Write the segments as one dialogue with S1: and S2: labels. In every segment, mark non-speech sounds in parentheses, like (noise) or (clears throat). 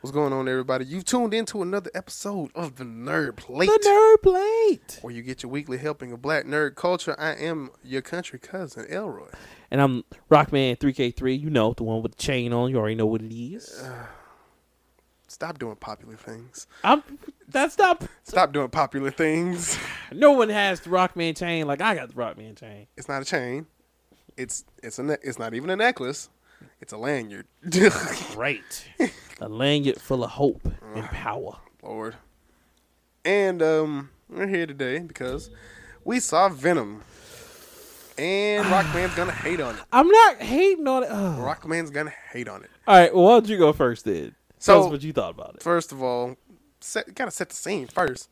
S1: What's going on, everybody? You've tuned into another episode of the Nerd Plate,
S2: The nerd plate.
S1: where you get your weekly helping of black nerd culture. I am your country cousin, Elroy.
S2: And I'm Rockman 3K3. You know the one with the chain on. You already know what it is.
S1: Stop doing popular things.
S2: I'm. That's not.
S1: Stop doing popular things.
S2: No one has the Rockman chain like I got the Rockman chain.
S1: It's not a chain. It's it's a ne- it's not even a necklace. It's a lanyard. (laughs)
S2: Great. a lanyard full of hope and power.
S1: Lord. And um, we're here today because we saw Venom, and Rockman's gonna hate on it.
S2: I'm not hating on it. Ugh.
S1: Rockman's gonna hate on it.
S2: All right. Well, why don't you go first then?
S1: So-
S2: Tell us what you thought about it.
S1: First of all, set, gotta set the scene first.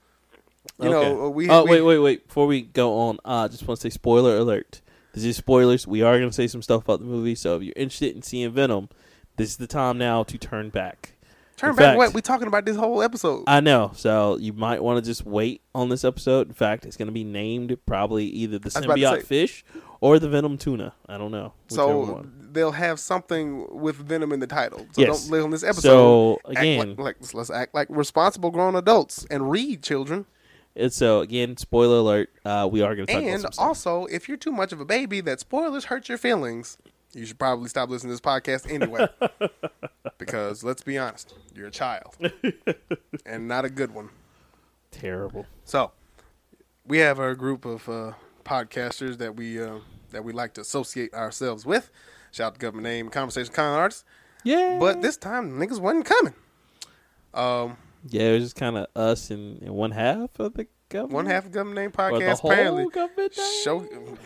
S1: You
S2: Okay.
S1: know, uh, we.
S2: Oh
S1: we-
S2: wait, wait, wait! Before we go on, I uh, just want to say spoiler alert. This is spoilers. We are going to say some stuff about the movie, so if you're interested in seeing Venom, this is the time now to turn back.
S1: Turn
S2: in
S1: back.
S2: fact-
S1: What we talking about this whole episode?
S2: I know, so you might want to just wait on this episode. In fact, it's going to be named probably either the
S1: was about to
S2: symbiote
S1: say-
S2: fish or the Venom tuna. I don't know. whichever
S1: so
S2: one.
S1: they'll have something with Venom in the title. So
S2: Yes.
S1: don't live on this episode.
S2: So,
S1: act
S2: again-
S1: like, like- let's, let's act like responsible grown adults and read children.
S2: And so again, spoiler alert. Uh, we are going to talk about
S1: And
S2: some stuff.
S1: also, if you're too much of a baby, that spoilers hurt your feelings. You should probably stop listening to this podcast
S2: (laughs)
S1: anyway. because let's be honest, you're a
S2: (laughs)
S1: child. and not a good one.
S2: terrible.
S1: So, we have our group of uh, podcasters that we uh, that we like to associate ourselves with. Shout out to Government Name Conversation Con Artists.
S2: Yeah,
S1: But this time, niggas wasn't coming. Um,
S2: yeah, it was just kind of us and, and one half of the government.
S1: one half of Government Name
S2: or the
S1: podcast
S2: whole
S1: apparently.
S2: government.
S1: Shogun,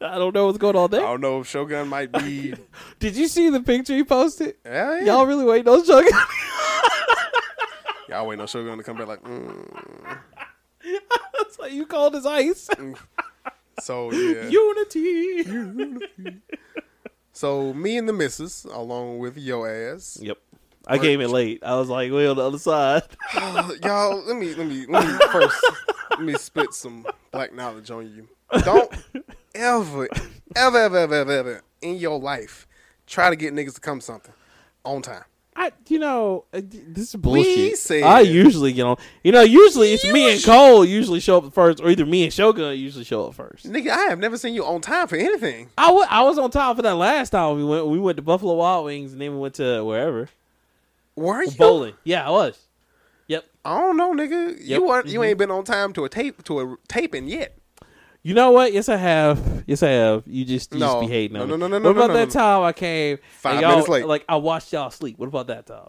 S2: I don't know what's going on
S1: I
S2: there.
S1: don't know if Shogun might
S2: (laughs)
S1: be.
S2: Did you see the picture he posted?
S1: Yeah, yeah.
S2: Y'all really waiting on Chuck? (laughs)
S1: Y'all waiting on Shogun to come back like, mm.
S2: That's like you called his ice. (laughs)
S1: so yeah.
S2: Unity.
S1: so me and the missus, along with yo ass,
S2: Yep. I came in late. I was like, way on the other side. (laughs)
S1: Uh, y'all. Let me let me let me first let me spit some black knowledge on you. Don't ever, ever, ever, ever, ever, ever in your life try to get niggas to come something on time.
S2: I, you know, uh, d- this is bullshit.
S1: said-
S2: I usually get on. You know, usually it's me and Cole usually show up first, or either me and Shogun usually show up first.
S1: Nigga, I have never seen you on time for anything.
S2: I wa- I was on time for that last time we went. We went to Buffalo Wild Wings, and then we went to wherever
S1: Were you?
S2: bowling. Yeah, I was. Yep.
S1: I don't know, nigga.
S2: Yep. Mm-hmm.
S1: You are, you ain't been on time to a tape to a taping yet.
S2: You know what? Yes, I have. Yes, I have. You just you
S1: No.
S2: just be hating on
S1: No,
S2: me.
S1: no, no, no,
S2: What
S1: no, no,
S2: about that
S1: no.
S2: time I came? and
S1: Five
S2: y'all-
S1: minutes late.
S2: Like I watched y'all sleep. What about that time?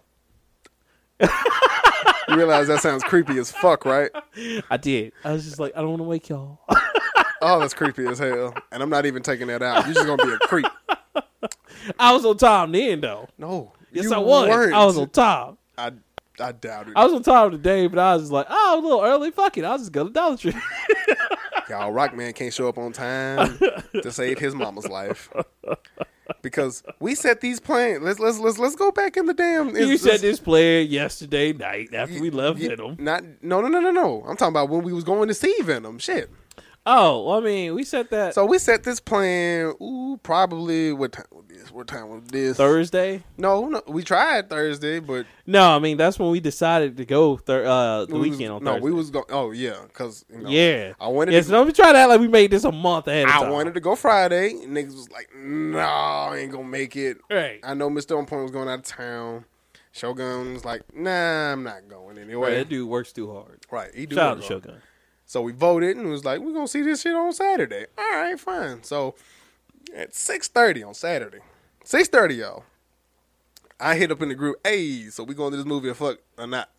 S1: You realize that sounds creepy as fuck, right?
S2: I did. I was just like, I don't want to wake y'all.
S1: Oh, that's creepy as hell. And I'm not even taking that out. You're just gonna be a creep.
S2: I was on time then, though.
S1: No.
S2: Yes,
S1: you
S2: I was.
S1: weren't.
S2: I was on time.
S1: I, I doubt it.
S2: I was on time today, but I was just like, oh, I'm a little early. Fuck it. I was just going to Dollar Tree. (laughs)
S1: Y'all, Rockman can't show up on
S2: (laughs)
S1: time to save his mama's life. Because we set these plans. Let's let's let's let's go back in the damn.
S2: you
S1: it's-
S2: said
S1: it's-
S2: this player yesterday night after we left
S1: you-
S2: Venom.
S1: Not no no no no no. I'm talking about when we was going to see Venom. Shit.
S2: Oh, well, I mean, we said that
S1: So we set this plan. Ooh, probably what time was this? What time was this?
S2: Thursday.
S1: No, no. We tried Thursday, but
S2: No, I mean, that's when we decided to go thir- uh, the
S1: we was-
S2: weekend on
S1: no,
S2: Thursday.
S1: we was going. Oh yeah, because you know,
S2: Yeah.
S1: I wanted
S2: Yes,
S1: to-
S2: don't be trying to act like we made this a month ahead of
S1: I
S2: time.
S1: wanted to go Friday. Niggas was like, "No, I ain't gonna make it."
S2: Right.
S1: I know Mister On Point was going out of town. Shogun was like, "Nah, I'm not going
S2: Right,
S1: anyway."
S2: that dude works too hard.
S1: Right, he do
S2: Shout out
S1: work
S2: to
S1: on it.
S2: Shogun.
S1: So we voted and was like, "We're gonna see this shit on Saturday." All right, fine. So at six thirty on Saturday, six thirty, y'all. I hit up in the group, "Hey, so we going to this movie or fuck or not?"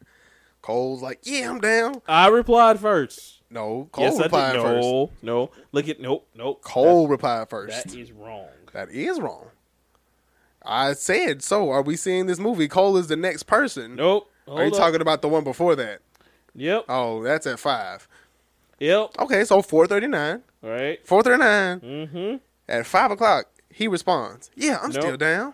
S1: Cole's like, "Yeah, I'm down."
S2: I replied first.
S1: No, Cole
S2: Yes, I
S1: replied
S2: did. No,
S1: first.
S2: no. Look at nope, nope.
S1: Cole replied first.
S2: That, that is wrong.
S1: That is wrong. I said, so are we seeing this movie? Cole is the next person.
S2: Nope.
S1: Are you
S2: Hold up.
S1: talking about the one before that?
S2: Yep.
S1: Oh, that's at five.
S2: Yep.
S1: Okay, so four thirty nine.
S2: Right.
S1: Four thirty nine.
S2: Mm-hmm.
S1: At five o'clock, he responds, Yeah, I'm
S2: Nope.
S1: still down.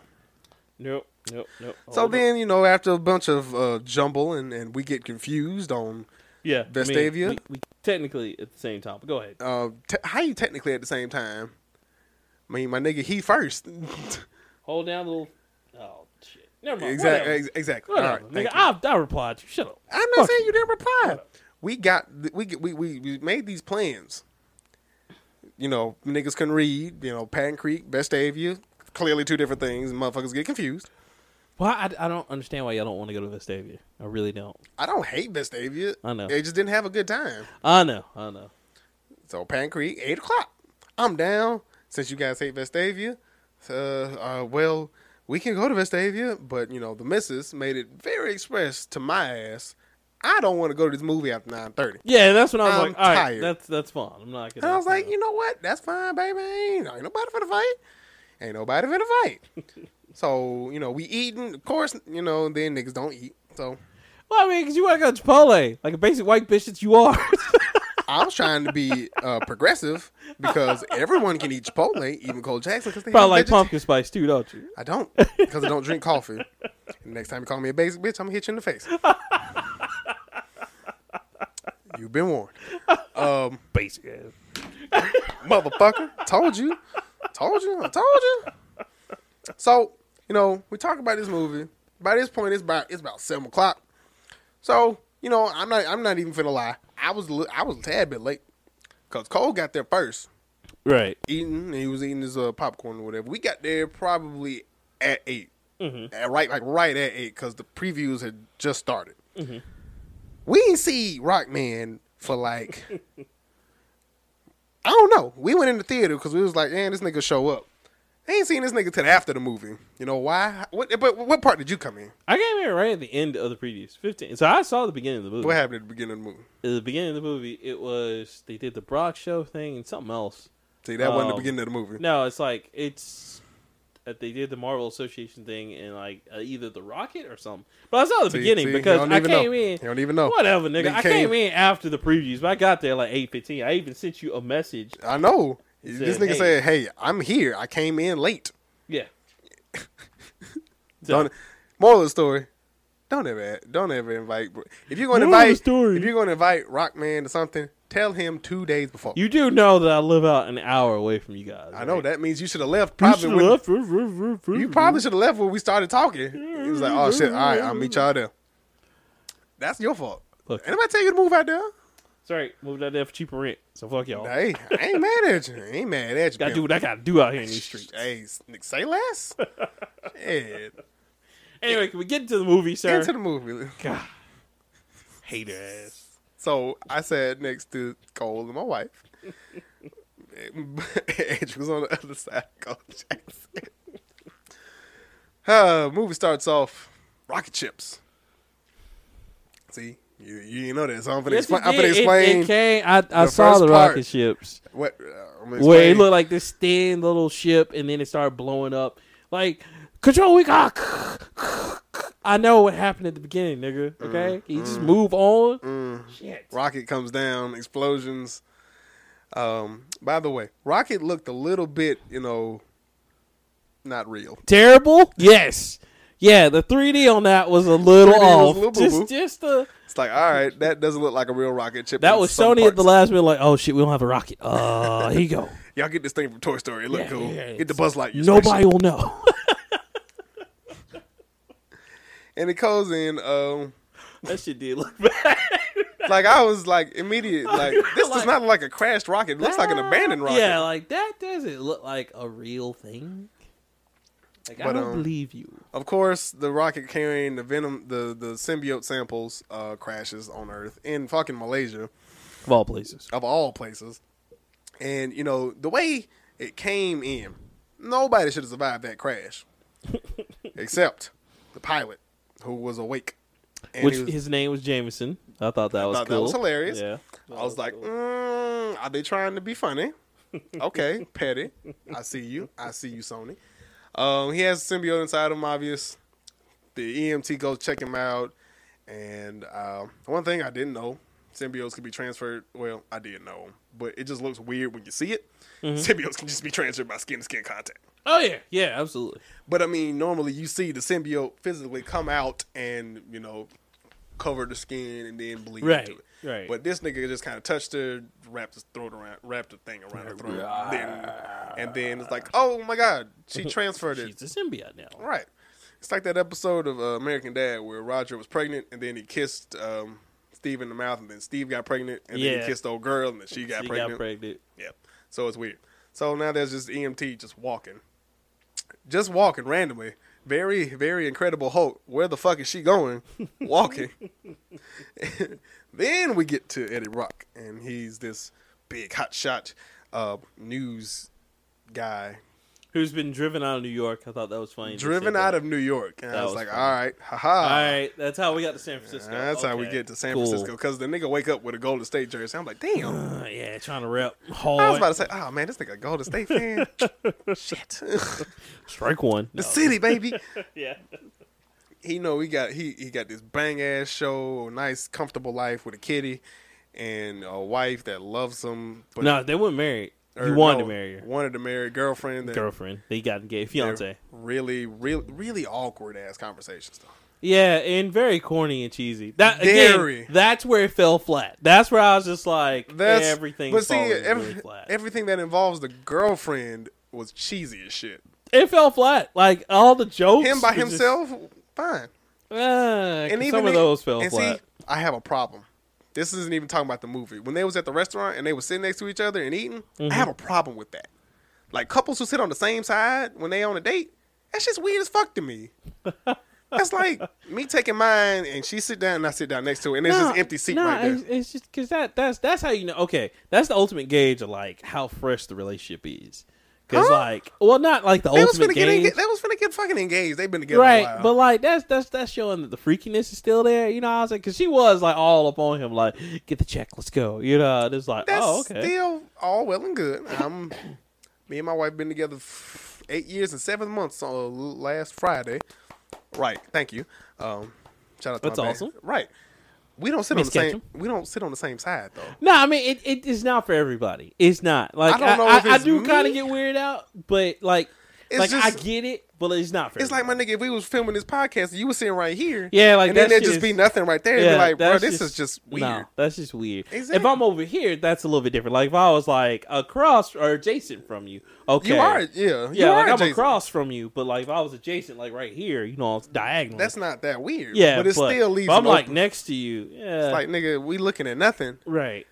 S2: Nope. Nope. Nope.
S1: So
S2: Hold up.
S1: then, you know, after a bunch of uh, jumble and, and we get confused on
S2: yeah, I mean,
S1: Vestavia?
S2: we, we technically at the same time. But go ahead.
S1: uh, te- how you technically at the same time. I mean, my nigga, he first. (laughs)
S2: Hold down the little. Oh shit. Never mind.
S1: Exactly.
S2: Whatever.
S1: Exactly.
S2: Whatever,
S1: All right.
S2: nigga.
S1: Thank you.
S2: I, I replied to you. Shut up.
S1: I'm
S2: Fuck
S1: not saying you didn't reply. We got th- we get- we we we made these plans. You know, niggas can read. You know, Patton Creek, Vestavia, clearly two different things. Motherfuckers get confused.
S2: Why I, I don't understand why y'all don't want to go to Vestavia. I really don't.
S1: I don't hate Vestavia.
S2: I know.
S1: They just didn't have a good time.
S2: I know. I know.
S1: So Pan Creek, eight o'clock. I'm down. Since you guys hate Vestavia, uh, uh, well, we can go to Vestavia, but you know the missus made it very express to my ass. I don't want to go to this movie after nine thirty.
S2: Yeah, that's when I was
S1: I'm
S2: like, all right,
S1: tired.
S2: that's that's fine. I'm not gonna.
S1: And I was like, you know what? That's fine, baby. Ain't, ain't nobody for the fight. Ain't nobody for the fight. so you know we eating, of course. You know then niggas don't eat. So
S2: (laughs) well, I mean, because you want to go to Chipotle, like a basic white bitch that you are. (laughs)
S1: I was trying to be uh, progressive because everyone can eat Chipotle, even Cole Jackson, because they have
S2: Probably like
S1: vegeta-
S2: pumpkin spice too, don't you?
S1: I don't because I don't drink coffee. And next time you call me a basic bitch, I'm gonna hit you in the
S2: (laughs)
S1: face. You've been warned, um,
S2: Basic. ass.
S1: motherfucker. Told you, told you, I told you. So you know, we talk about this movie. By this point, it's about it's about seven o'clock. So you know, I'm not I'm not even finna lie. I was li- I was a tad bit late because Cole got there first,
S2: Right.
S1: eating. And he was eating his uh, popcorn or whatever. We got there probably at 8
S2: Mm-hmm.
S1: at right like right at eight because the previews had just started.
S2: Mm-hmm.
S1: We didn't see Rockman for like (laughs) I don't know. We went in the theater because we was like, man, this nigga show up. I ain't seen this nigga till after the movie. You know why? What? But what part did you come in?
S2: I came here right at the end of the previews. Fifteen. So I saw the beginning of the movie.
S1: What happened at the beginning of the movie?
S2: At the beginning of the movie, it was they did the Brock show thing and something else.
S1: See, that wasn't the
S2: Um,
S1: beginning of the movie.
S2: No, it's like it's uh, they did the Marvel Association thing and like uh, either the Rocket or something. But I saw the
S1: See-
S2: beginning
S1: see, you
S2: because
S1: don't
S2: I
S1: even
S2: came
S1: know.
S2: in.
S1: You don't even know.
S2: Whatever, nigga.
S1: Nigga
S2: I
S1: came-
S2: came in after the previews, but I got there like eight fifteen. I even sent you a message.
S1: I know.
S2: He
S1: this
S2: said,
S1: nigga
S2: "Hey."
S1: said, "Hey, I'm here. I came in late."
S2: Yeah.
S1: (laughs) Don't. Moral of the story: Don't ever, don't ever invite. If you're going to
S2: Moral of the
S1: invite,
S2: story.
S1: if you're going to invite Rockman to something, tell him two days before.
S2: You do know that I live out an hour away from you guys.
S1: I know
S2: right?
S1: that means you should have left.
S2: You
S1: Probably,
S2: should've
S1: when,
S2: left. Mm-hmm. Roof, roof, roof, roof,
S1: you
S2: roof.
S1: probably should have left when we started talking. He was like, "Oh shit, all right, I'll meet y'all there." That's your fault.
S2: Look.
S1: Anybody tell you to move out there?
S2: Sorry, moved out there for cheaper rent. So fuck y'all.
S1: Hey, I ain't mad at you. I ain't mad at you.
S2: Gotta
S1: pimp.
S2: do what I gotta do out here in these streets.
S1: Hey, s- nigga, say less.
S2: (laughs)
S1: yeah.
S2: Anyway, can we get into the movie,
S1: Get
S2: sir?
S1: into the movie.
S2: God. Hater ass.
S1: So I sat next to Cole and my wife. (laughs) Andrew was on the other side. of Cole Jackson. Uh, movie starts off rocket chips. See, you you didn't know that, so I'm gonna
S2: Yes,
S1: explain.
S2: it
S1: I'm gonna
S2: did. It-
S1: explain
S2: It, came. I, I
S1: the
S2: saw
S1: first
S2: the
S1: part.
S2: rocket ships.
S1: what. Uh, I'm gonna
S2: Where it
S1: explain-
S2: looked like this thin little ship, and then it started blowing up. Like control, we got. I know what happened at the beginning, nigga.
S1: Mm,
S2: Okay, Can you just move on. Shit.
S1: Rocket comes down, explosions. Um, by the way, Rocket looked a little bit, you know, not real.
S2: Terrible. Yes. Yeah, the 3D on that was a little
S1: 3D was a
S2: off.
S1: little boo-boo.
S2: just, just the
S1: It's like, all right, that doesn't look like a real rocket chip.
S2: that
S1: in
S2: was
S1: some
S2: Sony at the
S1: parts.
S2: last minute. Like, oh shit, we don't have a rocket. Uh, here you (laughs) go.
S1: Y'all get this thing from Toy Story. It look
S2: Yeah,
S1: cool.
S2: yeah, yeah.
S1: Get the Buzz Lightyear. special.
S2: Nobody will know.
S1: And it goes in. Um,
S2: (laughs) that shit did look bad.
S1: like I was like
S2: (laughs)
S1: immediate. Like this does not look like a crashed rocket. It looks like an abandoned rocket.
S2: Yeah, like that doesn't look like a real thing. Like I
S1: But,
S2: don't
S1: um,
S2: believe you.
S1: Of course, the rocket carrying the venom, the the symbiote samples, uh, crashes on Earth in fucking Malaysia.
S2: Of all places.
S1: of all places. And you know the way it came in, nobody should have survived that crash,
S2: (laughs)
S1: except the pilot who was awake. And
S2: Which
S1: he was,
S2: his name was Jameson. I thought that was
S1: thought
S2: cool.
S1: that was hilarious.
S2: Yeah.
S1: I was like, mm, are they trying to be funny? okay, petty. I see you. I see you, Sony. Um, he has a symbiote inside him, obvious. The E EMT goes check him out. And um, one thing I didn't know symbiotes can be transferred. Well, I did know, but it just looks weird when you see it. (laughs) Symbiotes can just be transferred by skin to skin contact.
S2: Oh yeah, yeah, absolutely.
S1: But I mean, normally you see the symbiote physically come out and you know cover the skin and then bleed
S2: Right,
S1: into it.
S2: right.
S1: But this nigga just kind of touched her, wrapped his throat around, wrapped the thing around her throat,
S2: (laughs)
S1: then, and then it's like, oh my god, she transferred it.
S2: He's a symbiote now.
S1: Right. It's like that episode of uh, American Dad where Roger was pregnant and then he kissed um, Steve in the mouth, and then Steve got pregnant, and then
S2: Yeah.
S1: he kissed the old girl, and then she got
S2: she
S1: pregnant.
S2: got pregnant.
S1: Yeah. So it's weird. So now there's just EMT just walking. Just walking randomly. Very, very incredible Hulk. Where the fuck is she
S2: (laughs)
S1: going? Walking. (laughs) then we get to Eddie Rock, and he's this big hotshot uh, news guy
S2: Who's been driven out of New York? I thought that was funny.
S1: driven out of New York. And
S2: That
S1: I was,
S2: was
S1: like,
S2: funny.
S1: all right, haha.
S2: All right, that's how we got to San Francisco.
S1: That's how we
S2: Okay.
S1: get to San
S2: Cool.
S1: Francisco. Because the nigga wake up with a Golden State jersey. I'm like, damn.
S2: Uh, yeah, trying to rep hard.
S1: I was about to say, oh man, this nigga a Golden State
S2: (laughs)
S1: fan. Shit.
S2: strike one.
S1: (laughs) the city, baby.
S2: Yeah,
S1: he know he got he he got this bang ass show, a nice comfortable life with a kitty and a wife that loves him. But
S2: no, they weren't married.
S1: or
S2: he wanted
S1: no,
S2: to marry her
S1: Wanted to marry a girlfriend. That,
S2: girlfriend. They got engaged,
S1: they're
S2: fiance.
S1: Really, really, really awkward ass conversations though.
S2: Yeah, and very corny and cheesy. That again,
S1: Very.
S2: that's where it fell flat. That's where I was just like,
S1: That's
S2: everything.
S1: But see,
S2: ev-
S1: ev-
S2: really flat.
S1: everything that involves the girlfriend was cheesy as shit.
S2: it fell flat. Like all the jokes.
S1: Him by
S2: were just-
S1: himself, fine.
S2: Uh, (laughs) and
S1: even
S2: some of
S1: the-
S2: those fell
S1: and
S2: flat.
S1: See, I have a problem. This isn't even talking about the movie. When they was at the restaurant and they were sitting next to each other and eating,
S2: Mm-hmm.
S1: I have a problem with that. Like couples who sit on the same side when they on a date, that's just weird as fuck to
S2: (laughs)
S1: me. That's like me taking mine and she sit down and I sit down next to her and it's
S2: No,
S1: just empty seat
S2: no,
S1: right there.
S2: It's, it's just because that that's that's how you know. Okay, that's the ultimate gauge of like how fresh the relationship is. Because
S1: Huh?
S2: like, well, not like the
S1: They was
S2: ultimate
S1: finna get
S2: gauge,
S1: enga- they was finna get fucking engaged. They've been together a
S2: right?
S1: while.
S2: But like that's that's that's showing that the freakiness is still there. You know, I was like, because she was like all up on him, like get the check, let's go. You know, and it's like,
S1: that's
S2: oh okay,
S1: still all well and good. I'm me and my wife been together f- eight years and seven months on last Friday. Right. Thank you. Um, shout out to
S2: That's
S1: my man.
S2: awesome.
S1: Right. We don't sit
S2: Miss
S1: on the same.
S2: Ketchum.
S1: We don't sit on the same side though.
S2: No, I mean it, it is not for everybody. It's not like I,
S1: I don't know
S2: I,
S1: if
S2: I
S1: it's
S2: do
S1: me.
S2: kind of get weird out, but like,
S1: It's
S2: like I
S1: just-
S2: get it, but it's not for.
S1: It's like my nigga. If we was filming this podcast, and you was sitting right here.
S2: Yeah, like,
S1: and then
S2: that
S1: there'd
S2: shit
S1: just be
S2: is-
S1: nothing right there. Yeah, like, bro,
S2: that's
S1: this is just weird.
S2: No, that's just weird. If
S1: Exactly.
S2: I'm over here, that's a little bit different. Like if I was like across or adjacent from you, okay,
S1: You are, yeah, you
S2: yeah,
S1: are
S2: like I'm
S1: adjacent.
S2: across from you, but like if I was adjacent, like right here, you know, it's diagonal.
S1: That's not that weird.
S2: yeah,
S1: but it still leaves.
S2: But I'm
S1: it
S2: like
S1: open.
S2: next to you, yeah,
S1: It's like nigga, we looking at nothing.
S2: right.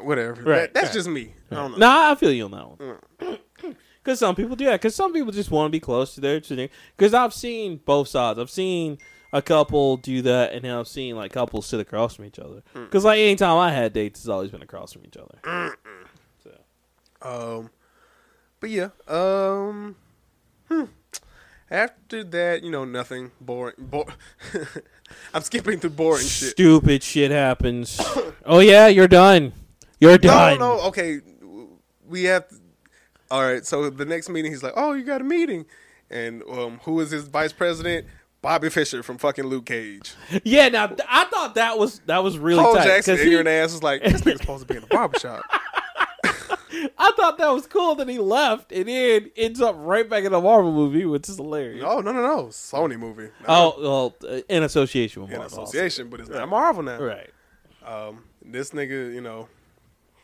S1: Whatever.
S2: Right,
S1: That- that's
S2: right.
S1: just me. I don't know.
S2: Nah, I feel you on that one.
S1: Mm.
S2: (clears throat) Because some people do that. Because some people just want to be close to their Because I've seen both sides. I've seen a couple do that, and then I've seen like couples sit across from each other.
S1: Mm.
S2: Because like anytime I had dates, it's always been across from each other. So
S1: Um, but yeah, um, hmm. after that, you know, nothing boring. Bo- (laughs) I'm skipping through boring shit.
S2: stupid shit happens. (coughs) oh yeah, you're done. You're
S1: No,
S2: done.
S1: no, okay. We have. To, all right, so the next meeting, he's like, "Oh, you got a meeting," and um, who is his vice president? Bobby Fisher from fucking Luke Cage.
S2: Yeah, now th- I thought that was that was really
S1: Paul
S2: tight.
S1: Jackson,
S2: 'cause he-
S1: ignorant ass, was like, "This nigga's supposed to be in a barbershop."
S2: (laughs) I thought that was cool that he left and then ends up right back in the Marvel movie, which is hilarious.
S1: Oh, no, no, no, no, Sony movie. No,
S2: Oh, well, uh, in association with
S1: in
S2: Marvel.
S1: association, but it's not Marvel now.
S2: Right.
S1: Um, this nigga, you know,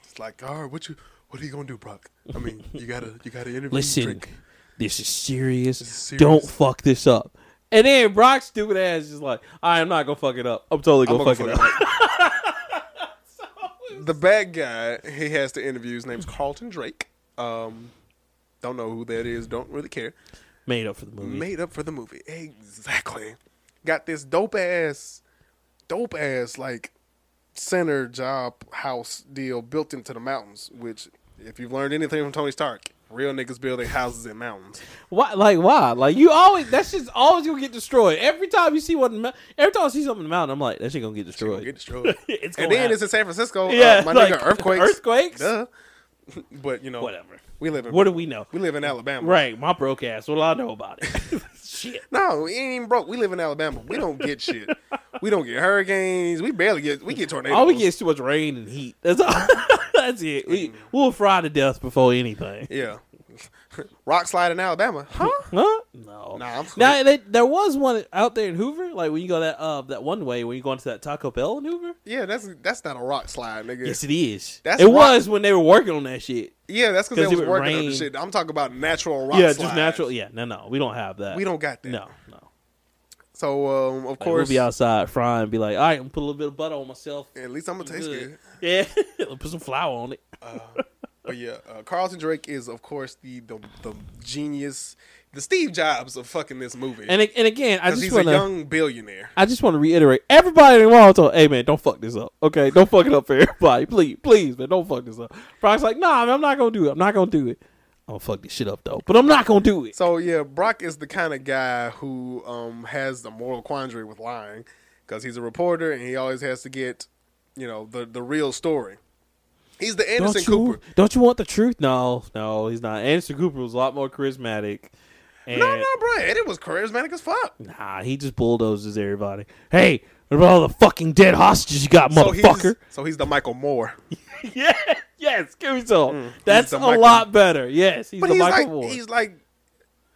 S1: it's like, all right, what you, what are you gonna do, Brock? I mean, you gotta, you gotta interview.
S2: Listen,
S1: Drake.
S2: this is serious.
S1: serious.
S2: Don't fuck this up. And then Brock's stupid ass is like, I am not gonna fuck it up. I'm totally
S1: I'm
S2: gonna,
S1: gonna
S2: fuck, it
S1: fuck
S2: up.
S1: the bad guy he has to interview. His name's Carlton Drake. Um, don't know who that is. Don't really care.
S2: (laughs) Made up for the movie.
S1: Made up for the movie, exactly. Got this dope ass, dope ass like center job house deal built into the mountains. Which, if you've learned anything from Tony Stark, real niggas building houses in mountains.
S2: Why? Like why? Like you always that shit's always gonna get destroyed. Every time you see one, in the mou- every time I see something in the mountain, I'm like, that shit gonna get
S1: They gonna
S2: destroyed.
S1: Get destroyed.
S2: (laughs) It's
S1: and
S2: gonna
S1: then
S2: happen.
S1: it's in San Francisco.
S2: Yeah,
S1: uh, my
S2: like,
S1: nigga, earthquakes.
S2: earthquakes?
S1: Duh. (laughs) but you know,
S2: Whatever.
S1: We live in
S2: What do we
S1: (laughs)
S2: know?
S1: we live in Alabama.
S2: Right, my broke ass. What do I know about it? (laughs) shit.
S1: No, we ain't even broke. We live in Alabama. We don't get shit. We don't get hurricanes. We barely get. We get tornadoes.
S2: All we get is too much rain and heat. (laughs) That's all. That's it.
S1: Mm.
S2: We we'll fry to death before anything.
S1: Yeah. (laughs) Rock slide in Alabama, huh?
S2: Huh? No.
S1: Nah, I'm
S2: now they, there was one out there in Hoover, like when you go that uh that one way when you go into that Taco Bell in Hoover.
S1: Yeah, that's that's not a rock slide, nigga.
S2: Yes, it is.
S1: That's
S2: it
S1: right.
S2: was when they were working on that shit.
S1: yeah, that's
S2: 'Cause
S1: because they
S2: it
S1: was
S2: would
S1: working on
S2: rain.
S1: the shit. I'm talking about natural rock.
S2: yeah,
S1: slides.
S2: just natural. Yeah, no, no, we don't have that.
S1: We don't got that.
S2: No, no.
S1: So um, of
S2: Like,
S1: course,
S2: we'll be outside frying and be like, all right, I'm gonna put a little bit of butter on myself.
S1: at least I'm gonna taste good.
S2: Yeah, (laughs) put some flour on it.
S1: But yeah, uh, Carlton Drake is of course the, the the genius, the Steve Jobs of fucking this movie.
S2: And a- and again, I
S1: 'Cause
S2: just
S1: he's a
S2: want to
S1: young billionaire.
S2: I just want to reiterate, everybody in Told, hey man, don't fuck this up, okay? Don't fuck it up for everybody, (laughs) please, please, man, don't fuck this up. Brock's like, nah, man, I'm not gonna do it. I'm not gonna do it. I'm gonna fuck this shit up though, but I'm not gonna do it.
S1: So yeah, Brock is the kind of guy who um, has the moral quandary with lying because he's a reporter and he always has to get, you know, the the real story. He's the
S2: Don't
S1: Anderson
S2: you?
S1: Cooper.
S2: Don't you want the truth? No, no, he's not. Anderson Cooper was a lot more charismatic. And
S1: No, no, bro, Eddie was charismatic as fuck.
S2: Nah, he just bulldozes everybody. Hey, what about all the fucking dead hostages you got, motherfucker?
S1: (laughs) he's, so he's the Michael Moore.
S2: yeah, yes, give me some. That's
S1: the
S2: a
S1: Michael-
S2: lot better. Yes, he's
S1: But
S2: the
S1: he's
S2: Michael
S1: like,
S2: Moore.
S1: he's like,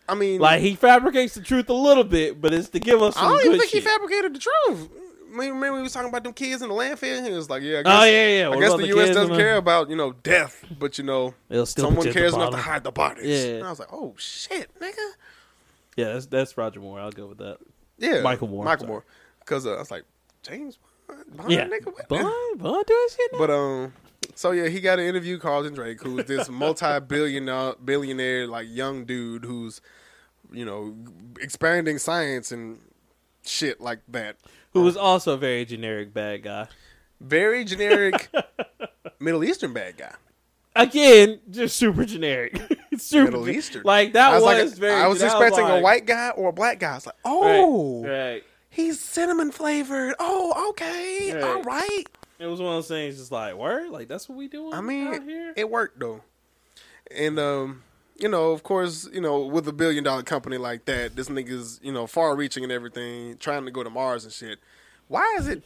S1: I mean,
S2: Like he fabricates the truth a little bit, but it's to give us
S1: I
S2: some
S1: don't even
S2: good
S1: think
S2: shit.
S1: he fabricated the truth. I mean, remember we was talking about them kids in the landfill? And he was like, yeah, I guess,
S2: Oh, yeah, yeah.
S1: I
S2: What
S1: guess
S2: about
S1: the,
S2: the
S1: U.S.
S2: kids
S1: doesn't
S2: in the-
S1: care about, you know, death, but, you know,
S2: They'll still
S1: someone
S2: protect the
S1: cares enough to
S2: bottom.
S1: hide the bodies.
S2: Yeah.
S1: And I was like, oh, shit, nigga.
S2: yeah, that's that's Roger Moore. I'll go with that.
S1: Yeah.
S2: Michael Moore,
S1: Michael
S2: sorry.
S1: Moore. Because uh, I was like, James Bond? Bond,
S2: Yeah,
S1: nigga? What?
S2: Bond, Bond doing shit. Now?
S1: But, um... So yeah, he got to interview Carlton Drake, who's
S2: (laughs)
S1: this multi-billionaire, billionaire like young dude who's, you know, expanding science and shit like that.
S2: Who was also a very generic bad guy.
S1: very
S2: (laughs)
S1: generic Middle Eastern bad guy.
S2: Again, just super generic. (laughs) super
S1: Middle
S2: gen-
S1: Eastern.
S2: Like that
S1: I
S2: was,
S1: was, like,
S2: very.
S1: I was
S2: that
S1: expecting a
S2: like-
S1: white guy or a black guy. I was like,
S2: Right,
S1: oh,
S2: right.
S1: he's cinnamon flavored. Oh, okay,
S2: Right.
S1: all right.
S2: It was one of those things. Just like word, like that's what we doing.
S1: I
S2: out
S1: mean,
S2: here?
S1: it worked though, and um, you know, of course, you know, with a billion dollar company like that, this nigga's you know far reaching and everything, trying to go to Mars and shit. Why
S2: (laughs)
S1: is it,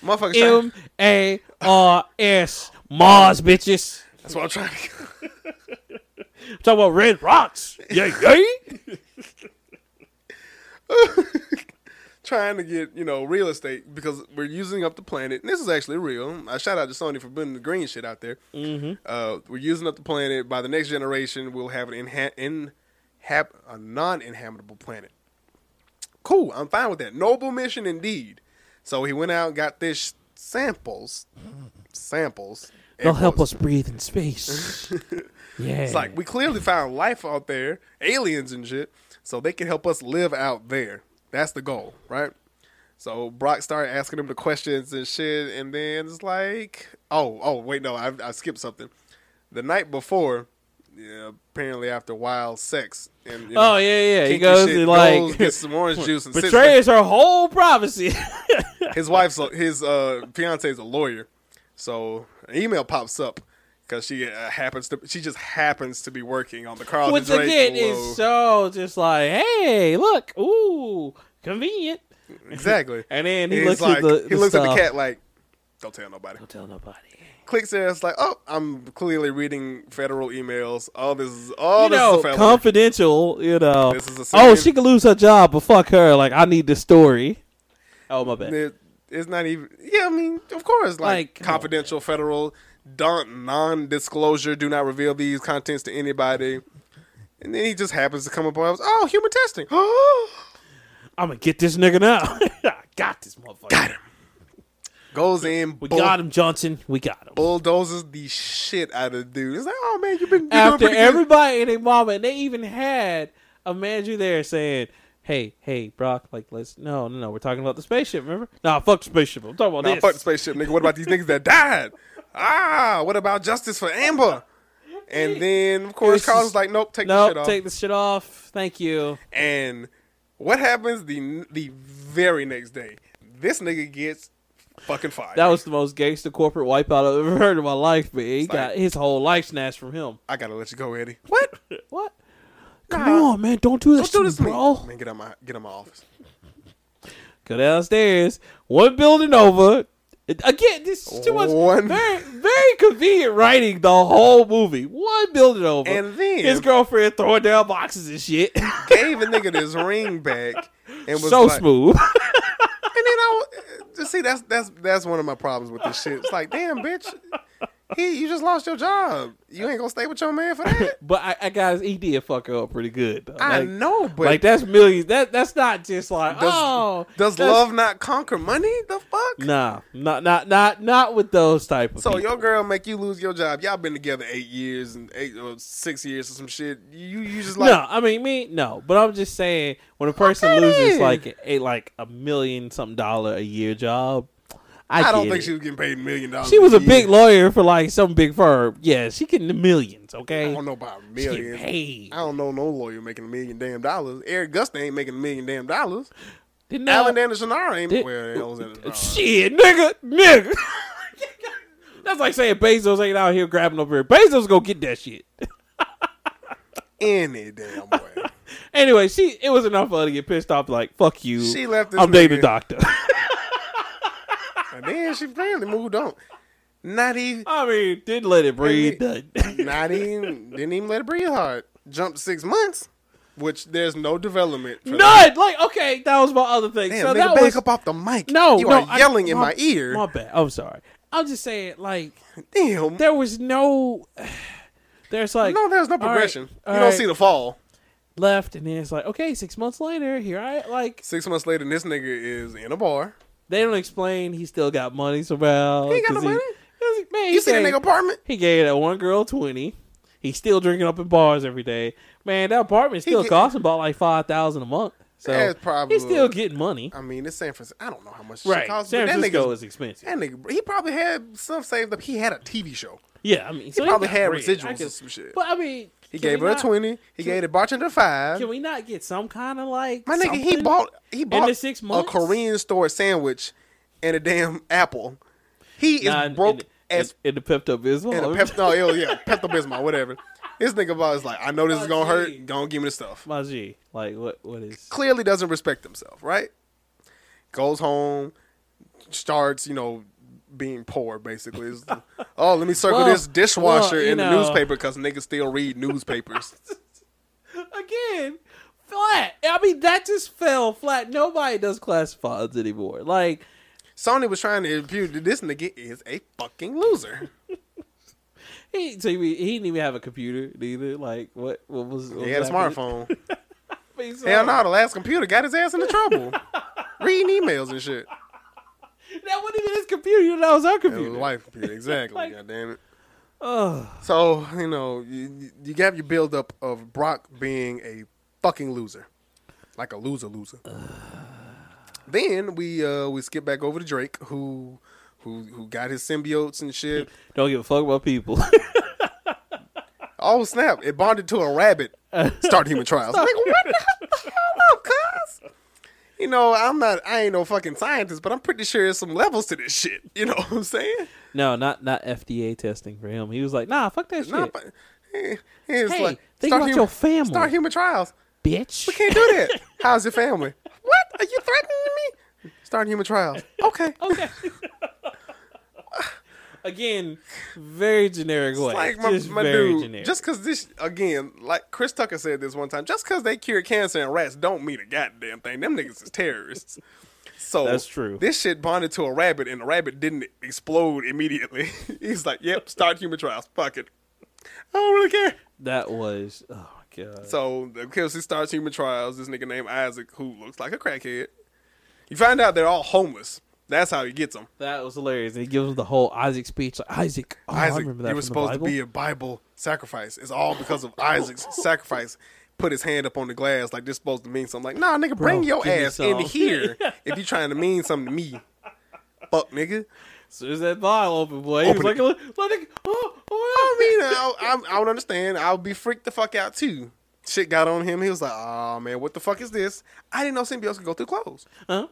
S1: motherfuckers? trying-
S2: M A R S Mars bitches.
S1: that's what I'm trying to.
S2: Talk about red
S1: (laughs)
S2: rocks. Yeah, yeah.
S1: trying to get you know real estate because we're using up the planet. And this is actually real. I shout out to Sony for putting the green shit out there. Mm-hmm. Uh, we're using up the planet. By the next generation, we'll have an inha- inhab- a non-inhabitable planet. Cool. I'm fine with that. Noble mission indeed. So he went out and got this samples, samples.
S2: They'll
S1: air
S2: help
S1: quotes.
S2: us breathe in space. yeah.
S1: (laughs) It's like we clearly found life out there, aliens and shit, so they can help us live out there. That's the goal, right? So Brock started asking him the questions and shit, and then it's like, oh, oh, wait, no, I, I skipped something. The night before, yeah, apparently after wild sex, and you know,
S2: Oh yeah, yeah.
S1: kinky
S2: He goes
S1: shit,
S2: and like
S1: goes, gets some
S2: (laughs)
S1: orange juice and sits back.
S2: betrays her whole prophecy. (laughs)
S1: His wife's a, his uh, fiance's a lawyer, so an email pops up because she uh, happens to she just happens to be working on the Carl
S2: Which
S1: Oh, Drake
S2: again
S1: low.
S2: is so (laughs) just like, hey, look, ooh, convenient.
S1: Exactly.
S2: And then he
S1: He's
S2: looks
S1: like,
S2: at the,
S1: he
S2: the
S1: looks
S2: stuff.
S1: at the cat like, don't tell nobody.
S2: Don't tell nobody.
S1: Clicks there. It's like, oh, I'm clearly reading federal emails. All this is all
S2: you
S1: this
S2: know,
S1: is a felony.
S2: confidential. You know,
S1: This is a
S2: oh,
S1: secret-
S2: she could lose her job, but fuck her. Like, I need this story. Oh my bad.
S1: It- it's not even. Yeah, I mean, of course,
S2: Like,
S1: like,
S2: come on,
S1: confidential, federal, don't non-disclosure, do not reveal these contents to anybody. And then he just happens to come up with, oh, human testing. (gasps)
S2: I'm gonna get this nigga now. (laughs) I got this motherfucker. Got him.
S1: Goes in,
S2: We
S1: bull-
S2: got him, Johnson. We got him.
S1: bulldozes the shit out of the dude. It's like, oh man, you've been you've doing
S2: After
S1: pretty good.
S2: everybody and their mama, and they even had a manager there saying, "Hey, hey, Brock, like, let's no, no, no. We're talking about the spaceship. Remember? Nah, fuck the spaceship. I'm talking about
S1: Nah,
S2: this.
S1: fuck the spaceship, nigga. What about these niggas that died? Ah, what about justice for Amber? And then, of course,
S2: It's
S1: Carl's
S2: just-
S1: like, nope, take the shit
S2: nope,
S1: off.
S2: take the shit off. Thank you.
S1: and what happens the the very next day? This nigga gets fucking fired.
S2: That was the most gangster corporate wipeout I've ever heard in my life, man. He got
S1: like-
S2: his whole life snatched
S1: (laughs)
S2: from him.
S1: I gotta let you go, Eddie. What?
S2: What? Come on, man. Don't do this,
S1: Don't do this,
S2: to me, bro.
S1: Man, get out my get out my office.
S2: Go downstairs. One building over. It- Again, this is too much.
S1: One-
S2: Very, very convenient writing the whole movie. One building over.
S1: And then-
S2: his girlfriend throwing down boxes and shit. (laughs)
S1: Gave a nigga this ring back and was
S2: so
S1: like,
S2: smooth. (laughs)
S1: And then I w- uh, see that's that's that's one of my problems with this shit. It's like, damn, bitch, He, you just lost your job. You ain't gonna stay with your man
S2: (laughs)
S1: for that.
S2: But I, I guys, he did fuck her up pretty good. Though.
S1: I
S2: Like-
S1: know, but
S2: like that's millions. That that's not just like
S1: does,
S2: oh
S1: does
S2: that's-
S1: love not conquer money? The fuck.
S2: Nah, not not not not with those type of.
S1: So
S2: people.
S1: your girl make you lose your job. Y'all been together eight years and eight or six years or some shit. You you just like
S2: no, I mean me no, but I'm just saying when a person
S1: Okay
S2: loses
S1: then.
S2: like a like a million something dollar a year job, I,
S1: I, don't
S2: get
S1: think
S2: it.
S1: she was getting paid a million dollars.
S2: She was a big
S1: year.
S2: lawyer for like some big firm. Yeah, she getting the millions. Okay,
S1: I don't know about a
S2: She getting
S1: million.
S2: paid.
S1: I don't know no lawyer making a million damn dollars. Eric Gusta ain't making a million damn dollars.
S2: Didn't I-
S1: Alexander Shannara ain't.
S2: Did-
S1: where the uh, hell's that?
S2: (laughs) Shit, nigga, nigga. (laughs) That's like saying Bezos ain't out here grabbing over here. Bezos go get that shit.
S1: Any damn way.
S2: Anyway, she it was enough for her to get pissed off. Like fuck you.
S1: She left this
S2: I'm dating a
S1: nigga.
S2: doctor. (laughs)
S1: and then she finally moved on. Not even.
S2: I mean, didn't let it breathe. done. (laughs)
S1: Not even. Didn't even let it breathe hard. Jumped six months, which there's no development. For that.
S2: None. Like okay, that was my other thing.
S1: Damn,
S2: so
S1: nigga,
S2: that
S1: back
S2: was
S1: up off the mic.
S2: no,
S1: you
S2: no,
S1: are yelling
S2: I,
S1: in my, ear.
S2: My bad. I'm sorry. I'm just saying, like
S1: Damn.
S2: there was no. (sighs) There's like
S1: no, there's no
S2: all right,
S1: progression.
S2: all
S1: you don't
S2: right,
S1: see the fall.
S2: left, and then it's like okay, six months later, here I like
S1: Six months later, this nigga is in a bar.
S2: They don't explain he still got money somehow.
S1: He ain't got no
S2: 'cause
S1: money.
S2: 'cause he- man, he
S1: You see the
S2: gave-
S1: nigga apartment?
S2: He gave that one girl twenty. He's still drinking up in bars every day. Man, that apartment
S1: He
S2: still
S1: get-
S2: costs about like five thousand a month. So
S1: That's probably-
S2: he's still getting money.
S1: I mean, it's San Francisco. I don't know how much this
S2: Right,
S1: shit costs.
S2: San
S1: but that
S2: Francisco
S1: nigga,
S2: is expensive.
S1: that nigga, he probably had stuff saved up. He had a TV show.
S2: yeah, I mean, so
S1: He probably
S2: got
S1: had
S2: bread. I
S1: residuals
S2: can-
S1: or some shit.
S2: But I mean,
S1: He
S2: can
S1: gave
S2: we
S1: her a
S2: not-
S1: twenty. He gave the bartender five.
S2: Can we not get some kind of like
S1: My nigga, he
S2: something?
S1: bought he bought
S2: the six
S1: a
S2: months?
S1: Korean store sandwich and a damn apple. He
S2: Nah,
S1: is
S2: in-
S1: broke
S2: in,
S1: as
S2: in, in the Pepto Bismol.
S1: and a Pepto, no, it was- yeah, Pepto Bismol, whatever. This nigga about is like, I know this is gonna
S2: Fuzzy.
S1: hurt. Don't give me the stuff.
S2: My G, like what? What is?
S1: Clearly doesn't respect himself, right? Goes home, starts, you know, being poor. Basically, It's-
S2: (laughs)
S1: oh, let me circle
S2: Well,
S1: this dishwasher
S2: well, you
S1: in the
S2: know.
S1: newspaper because niggas still read
S2: (laughs)
S1: newspapers.
S2: (laughs) again flat i mean that just fell flat nobody does classifieds anymore like
S1: Sony was trying to impute that this nigga is a fucking loser.
S2: he so he, he didn't even have a computer neither like what what was what
S1: He had a
S2: was happening?
S1: smartphone.
S2: I mean, so-
S1: Hell no, the last computer got his ass into
S2: (laughs)
S1: trouble. Reading emails and shit.
S2: that wasn't even his computer you know that was our
S1: It was a
S2: computer
S1: wife computer, exactly.
S2: Like-
S1: God damn it.
S2: Ugh.
S1: So you know, you, you got your buildup of Brock being a fucking loser, like a loser loser. (sighs) then we uh we skip back over to Drake, who who who got his symbiotes and shit.
S2: don't give a fuck about people (laughs)
S1: Oh snap! It bonded to a
S2: (laughs)
S1: rabbit. Start human trials. like what the hell, up, cuz? You know, I'm not. I ain't no fucking scientist, but I'm pretty sure there's some levels to this shit. You know what I'm saying?
S2: no not not fda testing for him he was like nah fuck that shit
S1: Nah, but, eh, it's
S2: Hey,
S1: like,
S2: think
S1: start
S2: about
S1: human-
S2: your family.
S1: Start human trials.
S2: bitch
S1: We can't do that. How's your family? What? Are you threatening me? Starting human trials. Okay.
S2: okay again very generic way
S1: Like my,
S2: just
S1: my
S2: very
S1: dude,
S2: generic
S1: just because this again, like Chris Tucker said this one time, just because they cure cancer in rats don't mean a goddamn thing. Them niggas is terrorists. So
S2: That's true.
S1: This shit bonded to a rabbit, and the rabbit didn't explode immediately. (laughs) He's like, "Yep, start human trials. Fuck it. I don't really care."
S2: that was oh my god
S1: So of course he starts human trials. This nigga named Isaac, who looks like a crackhead. You find out they're all homeless. That's how he gets them.
S2: That was hilarious. He gives the whole Isaac speech. Like, Isaac, oh, I
S1: Isaac,
S2: remember that.
S1: you were
S2: from
S1: supposed
S2: the
S1: to
S2: Bible.
S1: be a Bible sacrifice. It's all because of
S2: (laughs)
S1: Isaac's sacrifice. Put his hand up on the glass like this supposed to mean something. Like, nah, nigga, bring your
S2: give me
S1: ass in
S2: some. (laughs)
S1: here if you trying to mean something to me. Fuck, nigga.
S2: As soon as that bottle open, boy, he was
S1: Open
S2: like,
S1: it.
S2: look, look, look, oh,
S1: I
S2: oh,
S1: mean, I, I, I don't understand. I'll be freaked the fuck out too. Shit got on him. He was like, oh man, what the fuck is this? I didn't know symbiotes could go through clothes.
S2: oh." Huh?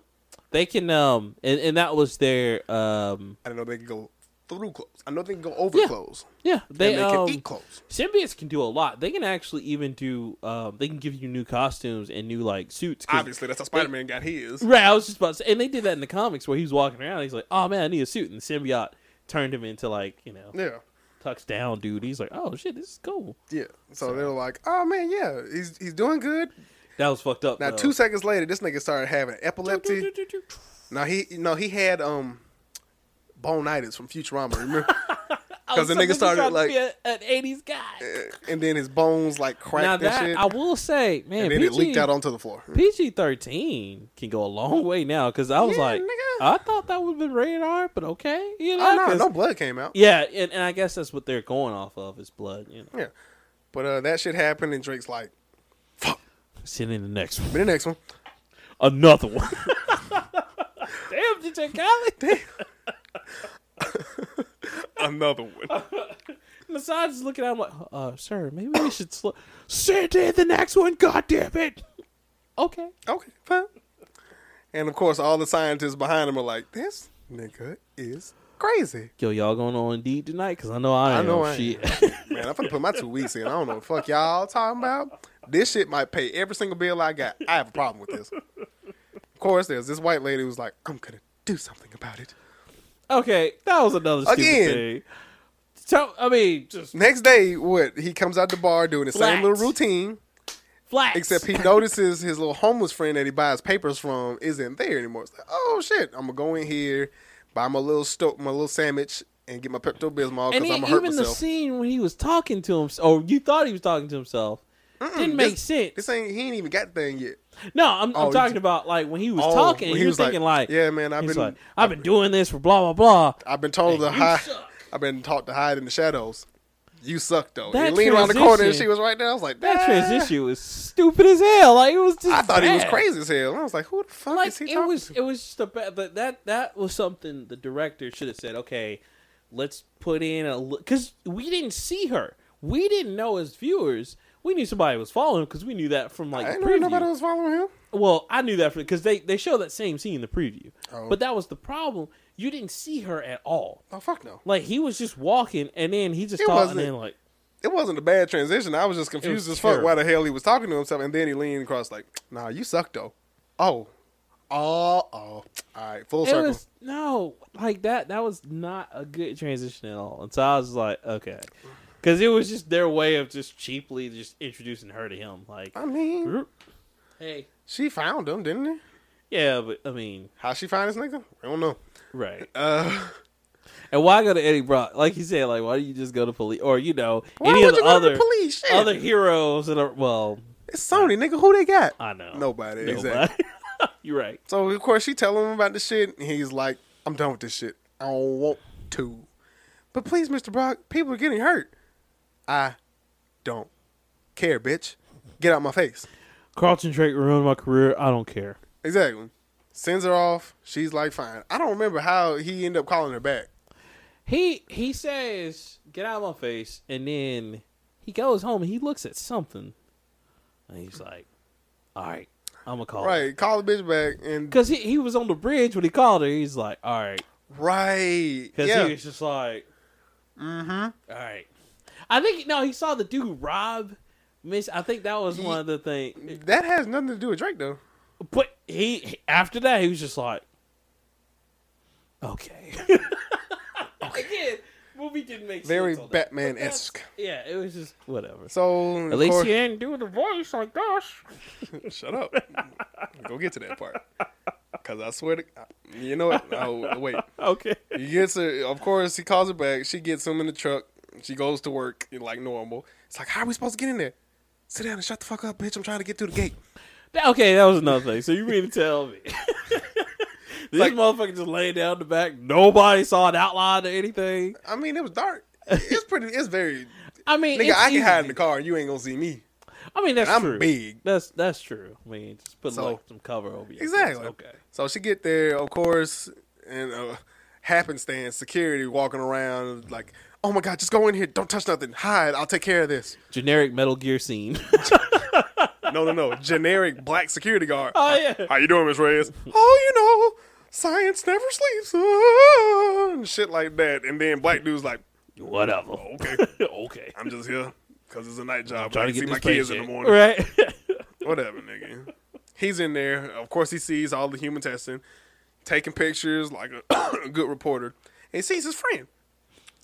S2: They can, um, and, and that was their, um,
S1: I didn't know they could go through clothes. I know they can go over
S2: Yeah.
S1: clothes.
S2: yeah, they,
S1: and they
S2: um,
S1: can eat clothes.
S2: symbiotes can do a lot. They can actually even do, um, they can give you new costumes and new, like, suits. 'cause-
S1: Obviously, that's how Spider Man got his.
S2: (laughs) Right, I was just about to say, and they did that in the comics where he was walking around. He's like, oh, man, I need a suit. And the symbiote turned him into, like, you know,
S1: Yeah.
S2: tucks down dude. He's like, oh, shit, this is cool.
S1: Yeah. So, they were like, oh man, yeah, he's he's doing good.
S2: That was fucked up.
S1: Now
S2: though.
S1: two seconds later, this nigga started having
S2: (laughs)
S1: epilepsy. (laughs) now he no, he had um bonitis from Futurama, remember? Because the nigga started like,
S2: an '80s guy.
S1: and then his bones like cracked
S2: now
S1: and
S2: that
S1: shit,
S2: I will say, man,
S1: and then
S2: PG,
S1: it leaked out
S2: (laughs)
S1: onto the floor.
S2: PG thirteen can go a long way now. Because I was
S1: Yeah,
S2: like,
S1: nigga.
S2: I thought that would have been rated R, but okay, you know,
S1: Oh no,
S2: 'cause-
S1: no blood came out.
S2: yeah, and, and I guess that's what they're going off of is blood. You know,
S1: Yeah, but uh, that shit happened, and Drake's like, "Fuck."
S2: send in the next one,
S1: But the next one,
S2: another one. (laughs) Damn, did you Khaled?
S1: (laughs) another one.
S2: Massage is looking at him like, uh, sir, maybe we should slow. Send in the next one, God damn it. Okay.
S1: (laughs) okay, fine. And of course, all the scientists behind him are like, "This nigga is crazy."
S2: Yo, y'all going on Indeed tonight? Because I know I,
S1: I
S2: am.
S1: know I am.
S2: Shit.
S1: Man, I'm finna put my two weeks in. I don't know what the fuck y'all talking about. This shit might pay every single bill I got. I have a problem with this. Of course, there's this white lady who's like, I'm gonna do something about it.
S2: (laughs) okay, that was another stupid
S1: Again.
S2: thing. So, I mean, just
S1: Next day, what he comes out the bar doing the same
S2: Blacks.
S1: little routine,
S2: flat.
S1: except he notices his little homeless friend that he buys papers from isn't there anymore. It's like, oh shit, I'm gonna go in here, buy my little sto- my little sandwich, and get my Pepto Bismol
S2: and
S1: because
S2: e-
S1: I'm gonna hurt
S2: even the
S1: myself.
S2: scene when he was talking to himself, or you thought he was talking to himself, didn't make sense.
S1: This ain't he ain't even got the thing yet.
S2: no, I'm, I'm
S1: Oh, he
S2: talking
S1: ju-
S2: about like when he was
S1: Oh,
S2: talking,
S1: when
S2: he was thinking like,
S1: yeah, man, I've
S2: he's
S1: been
S2: like, I've been doing this for blah, blah, blah.
S1: I've been told to
S2: you
S1: hide.
S2: suck.
S1: I've been taught to hide in the shadows. You suck though.
S2: That
S1: you lean around the corner and
S2: transition-
S1: she was right there. I was like,
S2: That
S1: "Ah."
S2: transition was stupid as hell. Like it was just.
S1: I thought he was
S2: bad.
S1: crazy as hell. I was like, who the fuck
S2: Like
S1: is he
S2: it
S1: talking
S2: was.
S1: to?
S2: It was just a bad. But that that was something the director should have said. Okay, let's put in a because we didn't see her. We didn't know as viewers. We knew somebody was following because we knew that from like
S1: I
S2: the
S1: didn't know
S2: preview.
S1: nobody was following him.
S2: Well, I knew that because they they show that same scene in the preview.
S1: Oh.
S2: But that was the problem. You didn't see her at all.
S1: Oh fuck no!
S2: Like he was just walking, and then he just
S1: It
S2: talked, and
S1: wasn't-
S2: then like
S1: It wasn't a bad transition. I was just confused
S2: was
S1: as fuck why the hell he was talking to himself. And then he leaned across like, "Nah, you suck though." Oh, oh, oh. All right, full
S2: it
S1: circle.
S2: was no like that that was not a good transition at all and so i was like okay because it was just their way of just cheaply just introducing her to him like
S1: I mean,
S2: "Roop." hey
S1: she found him, didn't he?
S2: yeah but i mean
S1: How she find this nigga? I don't know. (laughs)
S2: right
S1: Uh,
S2: and why go to eddie brock like you said like why do you just go to police or you know
S1: why
S2: any of
S1: would
S2: the
S1: you go to
S2: other
S1: the police? Shit.
S2: other heroes that are well
S1: it's Sony, nigga. Who they got?
S2: i know
S1: Nobody,
S2: Nobody.
S1: exactly.
S2: (laughs) you're right
S1: So of course she telling him about the shit, and he's like, "I'm done with this shit. I don't want to." But please, Mister Brock, people are getting hurt. I don't care, bitch. Get out my face.
S2: carlton drake ruined my career i don't care
S1: Exactly. Sends her off. She's like, "Fine." I don't remember how he ended up calling her back.
S2: He he says, "Get out of my face," and then he goes home and he looks at something, and he's like, "All right, I'm gonna call."
S1: Right, call the bitch back, and
S2: Because he he was on the bridge when he called her. He's like, "All right,"
S1: right,
S2: because
S1: yeah,
S2: he was just like, "Mm-hmm." All right, I think no, he saw the dude rob. Miss, I think that was one of the things.
S1: that has nothing to do with Drake though.
S2: But he after that he was just like, okay. (laughs) Again, movie didn't make
S1: Very
S2: sense. on that.
S1: Batman esque.
S2: Yeah, it was just whatever.
S1: So
S2: At
S1: of
S2: least
S1: course-
S2: he ain't doing the voice like this.
S1: Shut up. Go get to that part. Cause I swear to, you know what? Oh wait.
S2: Okay. (laughs)
S1: He gets her. Of course, he calls her back. She gets him in the truck. She goes to work like normal. It's like, how are we supposed to get in there? Sit down and shut the fuck up, bitch. I'm trying to get through the gate.
S2: Okay, that was another thing. So you mean to tell me (laughs) this
S1: Like-
S2: motherfucker just laid down in the back? Nobody saw an outline or anything.
S1: I mean, it was dark. It's pretty. It's
S2: (laughs)
S1: very.
S2: I mean,
S1: Nigga,
S2: it's
S1: I can
S2: easy.
S1: hide in the car. and You ain't gonna see me.
S2: I mean, that's
S1: I'm
S2: true.
S1: big.
S2: That's that's true. I mean, just put
S1: So-
S2: like some cover over you.
S1: Exactly.
S2: Okay.
S1: So she get there, of course, and uh, happenstance security walking around like, oh my god, just go in here. Don't touch nothing. Hide. I'll take care of this.
S2: Generic Metal Gear scene.
S1: No, no, no. Generic black security guard.
S2: (laughs) oh yeah.
S1: How you doing, Miss Reyes? oh, you know, science never sleeps. Ah, and shit like that. And then black dude's like,
S2: (laughs) Whatever.
S1: okay,
S2: (laughs) okay.
S1: I'm just here because it's a night job.
S2: Trying
S1: I
S2: to
S1: can
S2: get
S1: see
S2: this
S1: my kids in the
S2: paycheck.
S1: morning.
S2: Right. (laughs)
S1: Whatever, nigga. He's in there. Of course, he sees all the human testing, taking pictures like a, (coughs) a good reporter. And he sees his friend,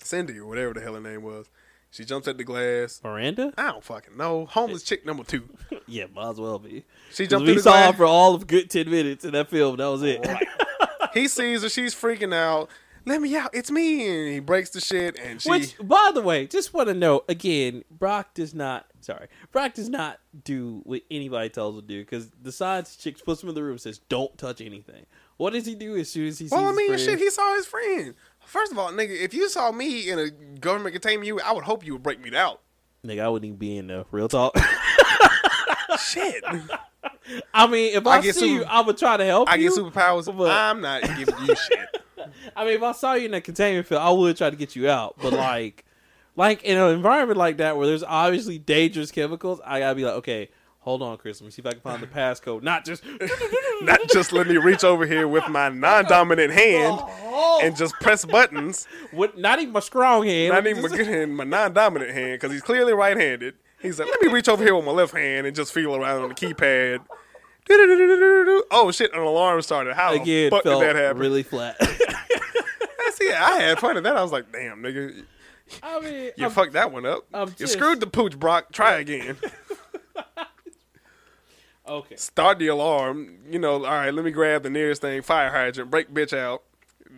S1: Cindy or whatever the hell her name was. She jumps at the glass.
S2: Miranda?
S1: I don't fucking know. Homeless chick number two.
S2: Yeah, might as well be.
S1: She
S2: 'Cause
S1: jumped through
S2: We
S1: the
S2: saw her
S1: glass.
S2: Oh, for all of good ten minutes in that film. That was it.
S1: He sees her. She's freaking out. let me out, it's me. And he breaks the shit, and she.
S2: Which, by the way, just want to note again, Brock does not. Sorry, Brock does not do what anybody tells him to do because the science chick puts him in the room and says, "Don't touch anything." What does he do as soon as he
S1: well, I
S2: sees?
S1: mean,
S2: his
S1: shit,
S2: friend?
S1: he saw his friend. First of all, nigga, if you saw me in a government containment unit, I would hope you would break me out.
S2: Nigga, I wouldn't even be in there. Real talk. (laughs)
S1: shit.
S2: I mean, if
S1: I
S2: I,
S1: get
S2: see
S1: super-
S2: you, I would try to help
S1: I
S2: you.
S1: get
S2: (laughs)
S1: superpowers.
S2: But-
S1: I'm not giving you shit.
S2: I mean, if I saw you in a containment field, I would try to get you out. But like, like in an environment like that where there's obviously dangerous chemicals, I gotta be like, okay, hold on, Chris. Let me see if I can
S1: (laughs)
S2: find the passcode. Not just
S1: Not just let me reach over here with my non dominant hand
S2: Oh,
S1: and just press buttons.
S2: with, not even my strong hand.
S1: Not
S2: Let me
S1: even my
S2: just-
S1: good hand, my non dominant hand, because he's clearly right handed. He's like, let me reach over here with my left hand and just feel around on the keypad. Do-do-do-do-do-do-do. Oh shit, an alarm started. How the
S2: again
S1: fuck did
S2: felt
S1: that happen? (laughs)
S2: really flat.
S1: I see, I had fun at that. I was like, damn, nigga,
S2: I mean,
S1: you
S2: I'm-
S1: fucked that one up.
S2: I'm
S1: you
S2: just-
S1: screwed the pooch, Brock. Try
S2: (laughs)
S1: again.
S2: okay.
S1: Start the alarm. You know, all right, let me grab the nearest thing, fire hydrant, break bitch out.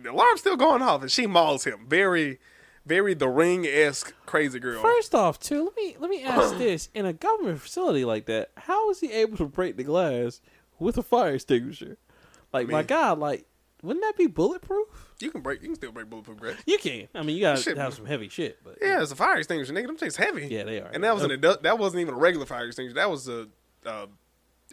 S1: The alarm's still going off, and she mauls him. Very, very the ring esque crazy girl.
S2: First off, too, let me let me
S1: (clears throat)
S2: ask this: in a government facility like that, how is he able to break the glass with a fire extinguisher? Like, my
S1: mean-
S2: God, like, wouldn't that be bulletproof?
S1: You can break, you can still break bulletproof glass.
S2: You can. I mean, you gotta
S1: Shit,
S2: have
S1: man.
S2: some heavy shit, but
S1: Yeah, it's a fire extinguisher, nigga. Them things heavy.
S2: Yeah, they are.
S1: And that was an adult, that wasn't even a regular fire extinguisher. That was a uh,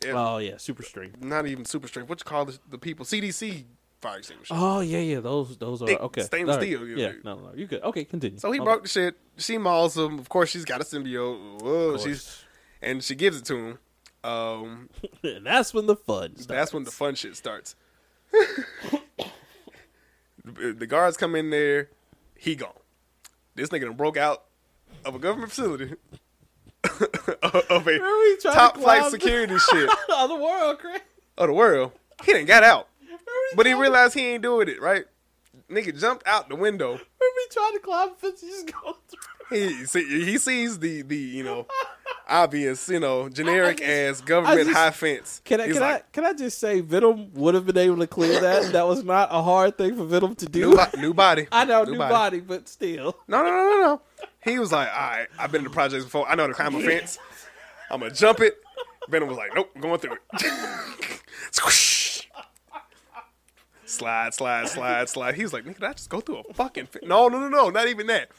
S2: oh yeah, super string.
S1: not even super strength. What you call the, the people CDC fire extinguisher?
S2: Oh yeah, yeah, those those are
S1: Thick
S2: okay.
S1: stainless
S2: All right.
S1: steel, you
S2: Yeah,
S1: know.
S2: no, no, you good. Okay, continue.
S1: So he
S2: Okay.
S1: broke the shit. She mauls him. Of course, she's got a symbiote. Whoa, she's and she gives it to him. Um,
S2: and (laughs) that's when the fun.
S1: that's when the fun shit starts. (laughs) the guards come in there. He gone. This nigga done broke out of a government facility (laughs) of
S2: Remember he
S1: a
S2: tried to
S1: top flight
S2: climb- (laughs)
S1: security shit
S2: of the world, Chris.
S1: of the world. He done got out,
S2: Remember
S1: but he
S2: tried-
S1: realized he ain't doing it right. Nigga jumped out the window.
S2: remember he tried to climb a fence, he just (laughs) go through.
S1: He see, he sees the the you know obvious you know generic
S2: I
S1: as government
S2: just-
S1: high fence.
S2: Can I
S1: He's
S2: can
S1: like,
S2: I can I just say Venom would have been able to clear
S1: (laughs)
S2: that? that was not a hard thing for Venom to
S1: new,
S2: do.
S1: bo- new body?
S2: (laughs) I know new body, but still. (laughs)
S1: No no no no no. He was like, all right, I've been to projects before. I know how to climb a fence. I'm gonna jump it. Venom was like, nope, going through it. (laughs) Squish. Slide, slide, slide, slide. He was like, nigga, did I just go through a fucking fence? No, no, no, no, not even that.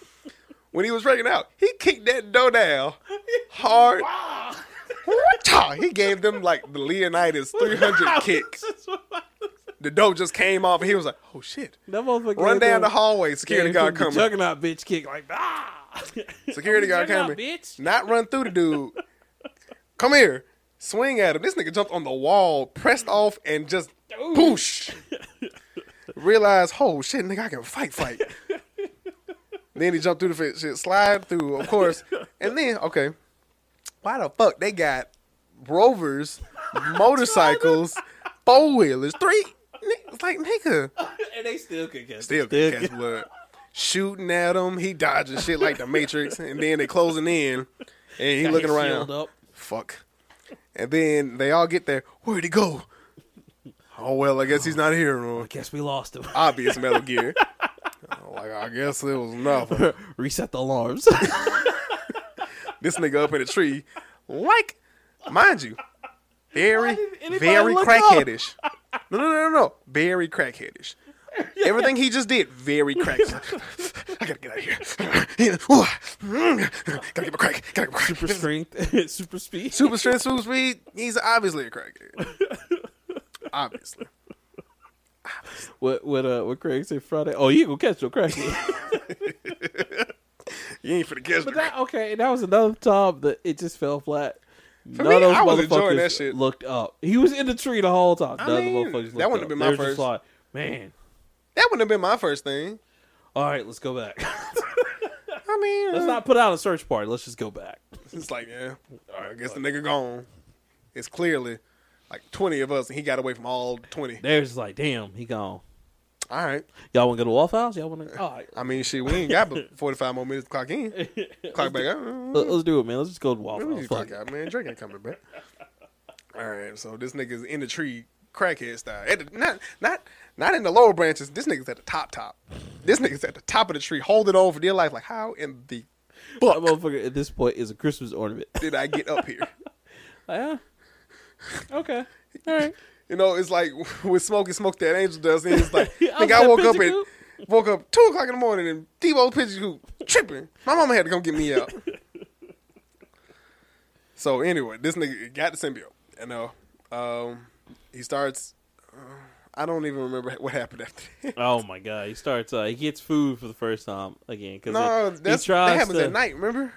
S1: When he was breaking out, he kicked that door down hard.
S2: Ah!
S1: Cha! he gave them like the Leonidas 300 kick. The dough just came off, and he was like, "Oh shit!"
S2: that
S1: Run
S2: motherfucker right there-
S1: down the hallway. Security
S2: Yeah,
S1: guard
S2: the
S1: coming.
S2: Juggernaut bitch kick like ah.
S1: Security guard coming.
S2: Juggernaut bitch.
S1: Not run through the dude. Come here. Swing at him. This nigga jumped on the wall, pressed off, and just
S2: Dude.
S1: boosh. Realized, oh shit, nigga, I can fight, fight. then he jumped through the fence, shit, slide through, of course. And then, okay, why the fuck they got rovers, motorcycles, four wheelers, three? It's like, nigga
S2: (laughs) and they still could catch.
S1: still
S2: Still
S1: can catch blood. Shooting at him, he dodging shit like
S2: (laughs)
S1: the Matrix, and then they closing in, and he
S2: Got
S1: looking
S2: his shield
S1: around.
S2: Up.
S1: Fuck. And then they all get there. Where'd he go? Oh well, I guess he's not here. no.
S2: I guess we lost
S1: (laughs)
S2: him. (laughs)
S1: Obvious Metal Gear. Oh, like I guess it was nothing.
S2: Reset
S1: (laughs)
S2: the alarms.
S1: This nigga up in a tree, like, mind you, very,
S2: didn't anybody
S1: very
S2: look up? (laughs)
S1: crackheadish. No, no, no, no, no, very crackheadish. Everything he just did, very
S2: (laughs)
S1: crack. I gotta get out of here. Ooh, mm, gotta get my crack. Gotta get my crack.
S2: super strength, (laughs) super speed.
S1: Super strength, super speed. He's obviously a crackhead. obviously.
S2: What what uh what Craig said Friday? Oh, you gonna catch your crack?
S1: (laughs) You ain't finna catch
S2: but
S1: me.
S2: that okay. And that was another time that it just fell flat. None
S1: me,
S2: of those
S1: I was enjoying
S2: motherfuckers
S1: that shit.
S2: looked up. He was in the tree the whole time. None
S1: mean,
S2: of the motherfuckers
S1: that
S2: looked up.
S1: wouldn't have been my
S2: They were just
S1: first.
S2: like, man.
S1: That wouldn't have been my first thing.
S2: All right, let's
S1: (laughs)
S2: go back.
S1: I mean,
S2: let's
S1: uh,
S2: not put out a search party. Let's just go back.
S1: It's like, yeah, all right, I guess the nigga gone. It's clearly like 20 of us, and he got away from all 20.
S2: They're just like, damn, he gone.
S1: All right.
S2: Y'all want to go to Waffle House? Y'all want to?
S1: (laughs)
S2: All right,
S1: I mean, shit, we ain't got but 45 more minutes to clock in. Clock back out.
S2: let- let's do it, man. Let's just go to
S1: Let
S2: Waffle
S1: me
S2: House.
S1: just
S2: oh, Fuck
S1: clock
S2: it.
S1: out, man. Drake ain't coming back. All right, so this nigga's in the tree crackhead style. At the, not not not in the lower branches. This nigga's at the top top. This nigga's at the top of the tree, holding on for dear life. Like how in the
S2: That motherfucker at this point is a Christmas ornament. (laughs)
S1: did I get up here? Oh,
S2: yeah. (laughs) Okay. All right.
S1: You know, it's like (laughs) with smoke and smoke that angel does. And it's like,
S2: Yeah, I
S1: nigga, I
S2: was
S1: woke
S2: at
S1: up
S2: Pigeon
S1: at woke up two o'clock in the morning and Debo Pigeon Coop tripping. My mama had to come get me up. so anyway, this nigga got the symbiote. You know, um, he starts. Uh, I don't even remember what happened after
S2: (laughs)
S1: that.
S2: Oh my god. He starts. Uh, he gets food for the first time again because
S1: no, that's,
S2: he tries
S1: that happens
S2: to,
S1: at night. Remember?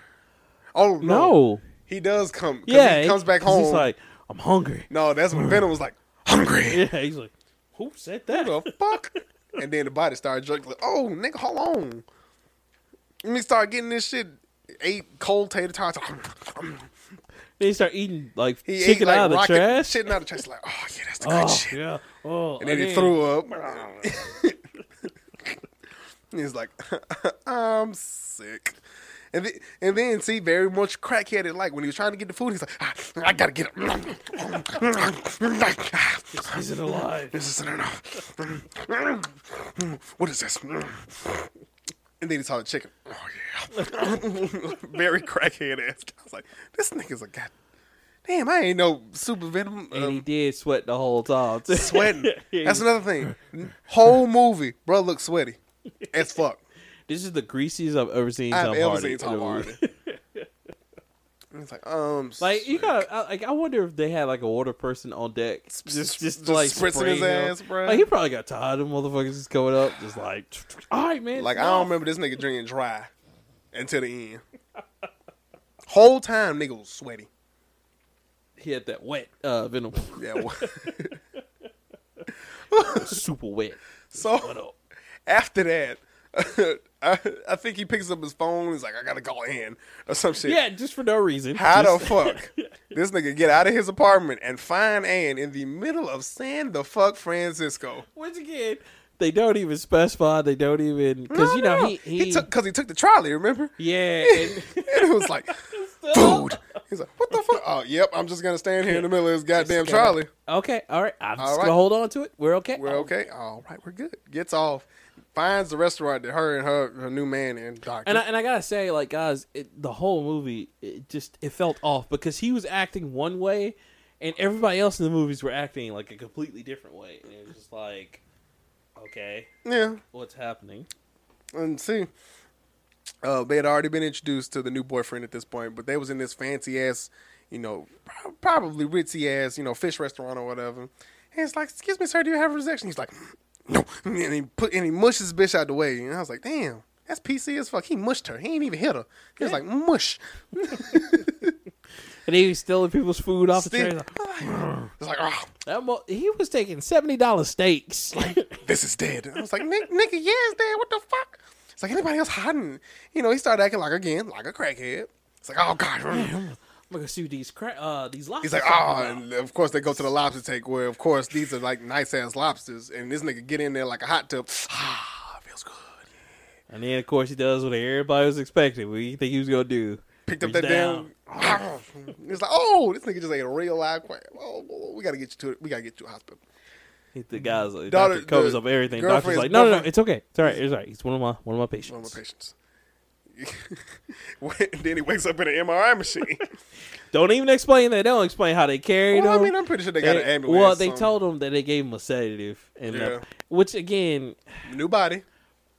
S1: Oh no,
S2: No.
S1: he does come. 'cause
S2: Yeah.
S1: he comes back
S2: 'cause
S1: home.
S2: He's like, I'm hungry.
S1: no, that's when Venom was like hungry.
S2: (laughs) Yeah. He's like, who said that?
S1: the fuck? And then the body started jerking. Like, oh, nigga, hold on. Let me start getting this shit. Ate cold tater tots.
S2: Then he start eating like
S1: He
S2: chicken
S1: ate like
S2: out of the
S1: rocket
S2: trash.
S1: shit out of the trash. Like, oh yeah, that's the good
S2: Oh
S1: shit.
S2: yeah. Oh.
S1: And then he threw up. (laughs) And He's like, (laughs) I'm sick. And then, and then see very much crackheaded like when he was trying to get the food, he's like, "Ah, I gotta get (laughs)
S2: (laughs)
S1: up.
S2: Is it alive?
S1: This isn't enough. what is this? And then he saw the chicken. Oh yeah, (laughs) very crackhead ass. I was like, this nigga's a god. Damn, I ain't no super venom
S2: And he
S1: um,
S2: did sweat the whole time. too.
S1: (laughs)
S2: (laughs)
S1: sweating.
S2: Yeah,
S1: That's another thing. Whole movie, bro, looks sweaty as fuck.
S2: This is the greasiest I've ever seen.
S1: I've
S2: Tom
S1: ever
S2: Hardy
S1: seen
S2: in
S1: Tom
S2: a movie. (laughs)
S1: Hardy. And It's like um,
S2: Like you got, I- like I wonder if they had like a water person on deck, just just,
S1: just
S2: like
S1: spritzing his
S2: spraying him.
S1: ass, bruh.
S2: Like he probably got tired of motherfuckers just coming up, just like, all right, man.
S1: Like I
S2: no."
S1: don't remember this nigga drinking dry until the end. Whole time nigga was sweaty.
S2: He had that wet uh, venom, (laughs)
S1: Yeah. well-
S2: super wet. What
S1: so
S2: up?
S1: after that, (laughs) I, I think he picks up his phone. He's like, I gotta call in or some shit.
S2: Yeah, just for no reason.
S1: How the
S2: Just-
S1: fuck this nigga get out of his apartment and find Ann in the middle of San the fuck Francisco?
S2: (laughs) Once again, they don't even specify. They don't even because
S1: No,
S2: you know
S1: no.
S2: he
S1: he took because he took the trolley. Remember?
S2: (laughs)
S1: (laughs)
S2: yeah. and-
S1: and it was
S2: (laughs)
S1: like food. He's like, what the fuck? Oh, yep. I'm just gonna stand here in the middle of this goddamn
S2: Just gotta- (laughs)
S1: trolley.
S2: Okay, all right. I'm
S1: All
S2: just
S1: right.
S2: gonna hold on to it. We're okay.
S1: We're okay. All right, we're good. Gets off. Finds the restaurant that her and her, her new man and doctor.
S2: And I, and I gotta say, like guys, it, the whole movie it just it felt off because he was acting one way, and everybody else in the movies were acting like a completely different way, and it was just like, okay,
S1: yeah,
S2: what's happening?
S1: and see, uh, they had already been introduced to the new boyfriend at this point, but they was in this fancy ass, you know, prob- probably ritzy ass, you know, fish restaurant or whatever. And it's like, excuse me, sir, do you have a rejection? He's like, no. (laughs) And he put and he mushed his bitch out the way. And I was like, damn, that's PC as fuck. He mushed her. He ain't even hit her. He was like, mush. (laughs)
S2: And he was stealing people's food off the
S1: Still-
S2: train.
S1: (laughs) it's like, oh,
S2: That mo- he was taking seventy dollars steaks. (laughs)
S1: this is dead. And I was like, Nick, nigga, yeah, it's dead. What the fuck? It's like anybody else hiding. You know, he started acting like again, like a crackhead. It's like, oh god. mm.
S2: I'm gonna sue these cra- uh these lobsters.
S1: He's like, oh, and of course they go to the lobster take where, of course, these are like nice ass lobsters, and this nigga get in there like a hot tub. (sighs) Ah, feels good.
S2: and then of course he does what everybody was expecting. What do you think he was gonna do?
S1: Picked up
S2: Reach
S1: that damn. (sighs) It's like, oh, this nigga just ate a real live crab. Oh, we gotta get you to we gotta get you to the hospital.
S2: The guy's like,
S1: Daughter-
S2: doctor covers
S1: the
S2: up everything. Doctor's
S1: girlfriend's
S2: like, no, no, no,
S1: boyfriend-
S2: it's okay. It's all right. It's all right. He's one of my one of my patients.
S1: One of my patients. (laughs) then he wakes up in an MRI
S2: (laughs)
S1: machine.
S2: Don't even explain that. They don't explain how they carried
S1: well, I
S2: him.
S1: mean, I'm pretty sure they got an
S2: They-
S1: ambulance.
S2: well, they
S1: so-
S2: told him that they gave him a sedative, and
S1: Yeah.
S2: uh, which again,
S1: new body.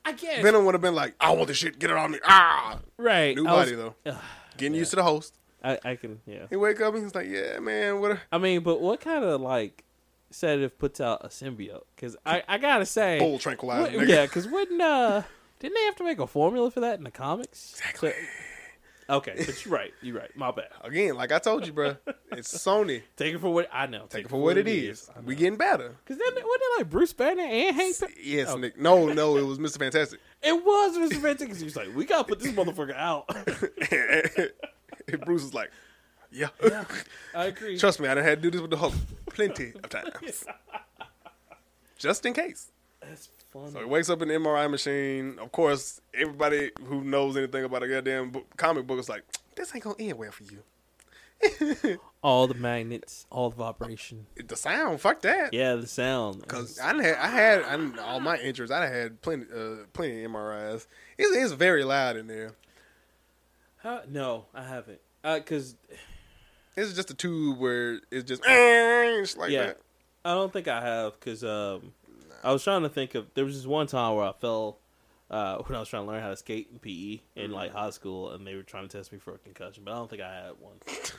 S2: I guess
S1: Venom would have been like, I want this shit, get it on me. Ah,
S2: right.
S1: new
S2: I was-
S1: body though.
S2: Ugh,
S1: Getting used to the host.
S2: I, I can, yeah.
S1: He wake up and he's like, yeah, man, what? A...
S2: I mean, but what kind of like sedative puts out a symbiote? Because I, I gotta say,
S1: Bull tranquilizer,
S2: what-
S1: nigga.
S2: yeah. Because wouldn't uh, didn't they have to make a formula for that in the comics?
S1: Exactly.
S2: So- okay, but you're right. You're right. My bad.
S1: Again, like I told you, bro, it's Sony.
S2: Take it for what I know.
S1: (laughs)
S2: Take,
S1: Take it for what it is. We getting better.
S2: Because then wasn't it like Bruce Banner and Hank? (laughs) Pym?
S1: Yes, Nick. No, no, it was Mr. Fantastic. (laughs)
S2: It was Mr. Fantastic. 'cause He was like, we gotta put this motherfucker (laughs) out.
S1: and Bruce was like, yeah.
S2: I
S1: (laughs)
S2: agree.
S1: Trust me, I done had to do this with the Hulk plenty of (laughs) times. Just in case.
S2: That's funny.
S1: So he wakes up in the MRI machine. Of course, everybody who knows anything about a goddamn book, comic book is like, this ain't gonna end well for you.
S2: all the magnets, all the vibration.
S1: the sound, fuck that.
S2: Yeah, the sound.
S1: Cause I done had, I had I done- all my injuries. I done had plenty, uh, plenty of MRIs. It's, it's very loud in there.
S2: How- no, I haven't. Uh, Cause
S1: It's just a tube where it's just, (clears throat) it's like
S2: yeah,
S1: that.
S2: I don't think I have. Cause um, I was trying to think of there was this one time where I fell. Uh, (laughs) when I was trying to learn how to skate in PE in like high school, and they were trying to test me for a concussion, but I don't think I had
S1: (laughs)
S2: one. So,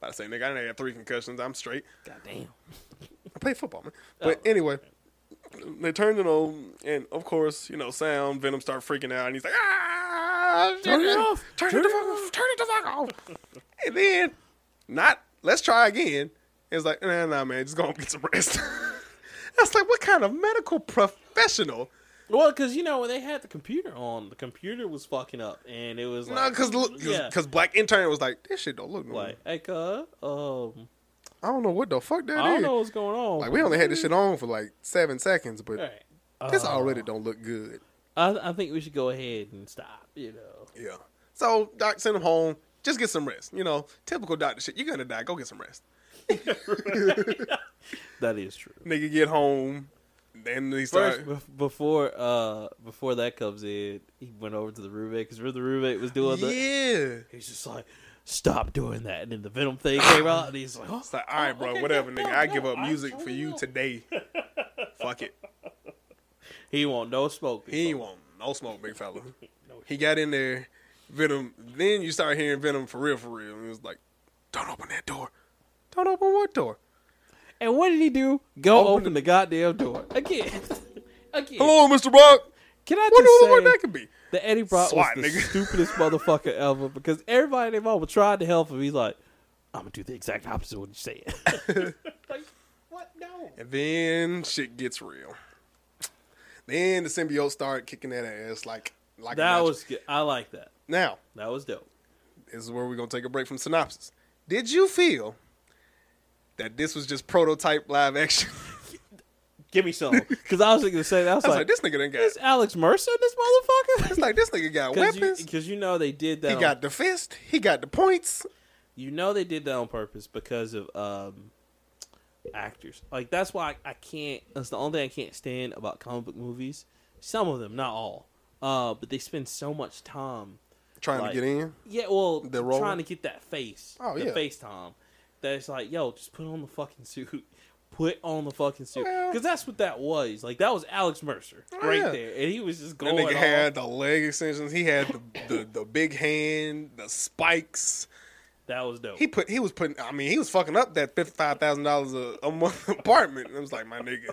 S1: About to say, nigga, I done had three concussions. I'm straight.
S2: goddamn.
S1: I play football, man.
S2: Oh,
S1: But anyway, they turned it on, and of course, you know, sound Venom start freaking out, and he's like, "Ah, shit,
S2: Turn it
S1: man.
S2: off.
S1: turn,
S2: Turn
S1: it the
S2: it
S1: fuck off, turn it the fuck off." and then, not let's try again. It's like, nah, nah, man, just go home and get some rest. (laughs) I was like, what kind of medical professional?
S2: Well, because you know when they had the computer on, the computer was fucking up, and it was
S1: No,
S2: like,
S1: because
S2: yeah,
S1: because black intern was like, this shit don't look normal.
S2: (laughs) like, hey, cuz, um,
S1: I don't know what the fuck that is.
S2: I don't know what's going on.
S1: Like we only had this shit on for like seven seconds, but
S2: All right.
S1: this
S2: Uh,
S1: already don't look good.
S2: I, I think we should go ahead and stop. You know,
S1: Yeah. So doc send him home. Just get some rest. You know, typical doctor shit. You're gonna die. Go get some rest.
S2: that is true.
S1: Nigga get home. Then he
S2: First,
S1: started.
S2: bef- before uh, before that comes in, he went over to the roommate because remember the roommate was doing the.
S1: yeah.
S2: He's just like, stop doing that, and then the Venom thing came out, and he's like, oh,
S1: It's like, all right,
S2: oh,
S1: bro,
S2: okay,
S1: whatever,
S2: no,
S1: nigga.
S2: no,
S1: I give
S2: no,
S1: up music for you
S2: will."
S1: today. Fuck it.
S2: He won't no smoke.
S1: He ain't want no smoke, big fella.
S2: (laughs) No.
S1: He got in there. Venom. Then you start hearing Venom for real, for real. And it was like, don't open that door. Don't open what door?
S2: And what did he do? Go
S1: Open
S2: open, the goddamn door again. again.
S1: Hello, Mr. Brock.
S2: Can I
S1: Wonder
S2: just
S1: what
S2: say
S1: that could be.
S2: that Eddie Brock
S1: Swat,
S2: was the
S1: nigga. (laughs)
S2: stupidest motherfucker ever because everybody in their mama tried to help him. He's like, I'm gonna do the exact opposite of what you say.
S1: (laughs)
S2: like, (laughs) what? No.
S1: And then shit gets real. Then the symbiote started kicking that ass like like a
S2: That
S1: match.
S2: was good. I like that.
S1: now.
S2: That was dope.
S1: This is where we're gonna take a break from synopsis. Did you feel that this was just prototype live action? (laughs)
S2: Give me (laughs) some because I was gonna say that. I was,
S1: I was like,
S2: like,
S1: this nigga done got.
S2: is Alex Mercer this
S1: (laughs)
S2: motherfucker?
S1: It's like this nigga got
S2: Because
S1: weapons.
S2: you, (laughs) 'cause you know they did that.
S1: he
S2: on-
S1: got the fist. He got the points.
S2: you know they did that on purpose because of um actors like that's why I, I can't that's the only thing i can't stand about comic book movies some of them not all uh but they spend so much time
S1: Trying to
S2: Like-
S1: get in.
S2: yeah well
S1: The role?
S2: trying to get that face
S1: Oh,
S2: the
S1: yeah.
S2: face time that it's like yo just put on the fucking suit (laughs) put on the fucking suit because
S1: Well-
S2: that's what that was like that was alex mercer
S1: Oh,
S2: right
S1: yeah.
S2: there and he was just
S1: That
S2: going
S1: nigga
S2: off.
S1: had the leg extensions. He had the, the the big hand, the spikes.
S2: that was dope
S1: He put he was putting. I mean, he was fucking up that fifty five thousand dollars a month (laughs) apartment. And I was like, my nigga,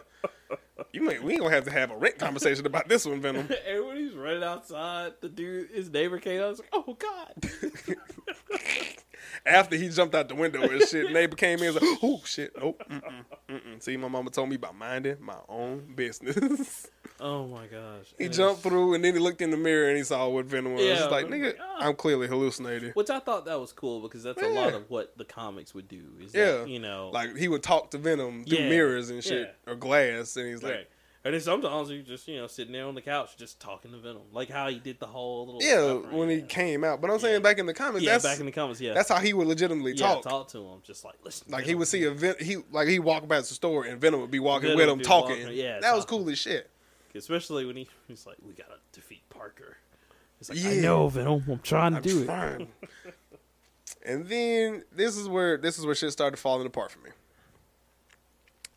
S1: you may we ain't gonna have to have a rent conversation about this one, Venom.
S2: (laughs) Everybody's running outside. The dude, his neighbor came out. I was like, "Oh God!"
S1: After he jumped out the window and
S2: (laughs)
S1: shit, neighbor came in and was like, oh shit, oh, mm-mm, mm-mm. See, my mama told me about minding my own business. (laughs)
S2: Oh my gosh!
S1: he
S2: And it's-
S1: jumped through and then he looked in the mirror and he saw what Venom was.
S2: Yeah, "Oh."
S1: He's like,
S2: but-
S1: nigga,
S2: yeah.
S1: I'm clearly hallucinating.
S2: Which I thought that was cool because that's a
S1: Yeah.
S2: lot of what the comics would do. Is
S1: Yeah.
S2: that, you know,
S1: Like he would talk to Venom through
S2: Yeah,
S1: mirrors and shit
S2: yeah.
S1: or glass, and he's like,
S2: right. And then sometimes you just you know sitting there on the couch just talking to Venom, like how he did the whole little
S1: yeah,
S2: stuff, right?
S1: when he
S2: Yeah.
S1: came out. But I'm saying
S2: Yeah.
S1: back in the comics,
S2: yeah
S1: that's
S2: back in the comics yeah
S1: That's how he would legitimately
S2: yeah
S1: talk.
S2: talk to him just like listen
S1: Like he
S2: Venom,
S1: would see a Ven- he like he walk past the store and Venom would be walking
S2: Venom
S1: with
S2: would
S1: him
S2: be
S1: talking.
S2: walking, yeah,
S1: that was
S2: talking.
S1: cool as shit.
S2: especially when he, he's like we gotta defeat Parker. He's like I
S1: Yeah.
S2: know Venom, I'm trying to do it.
S1: Fine. and then this is where this is where shit started falling apart for me.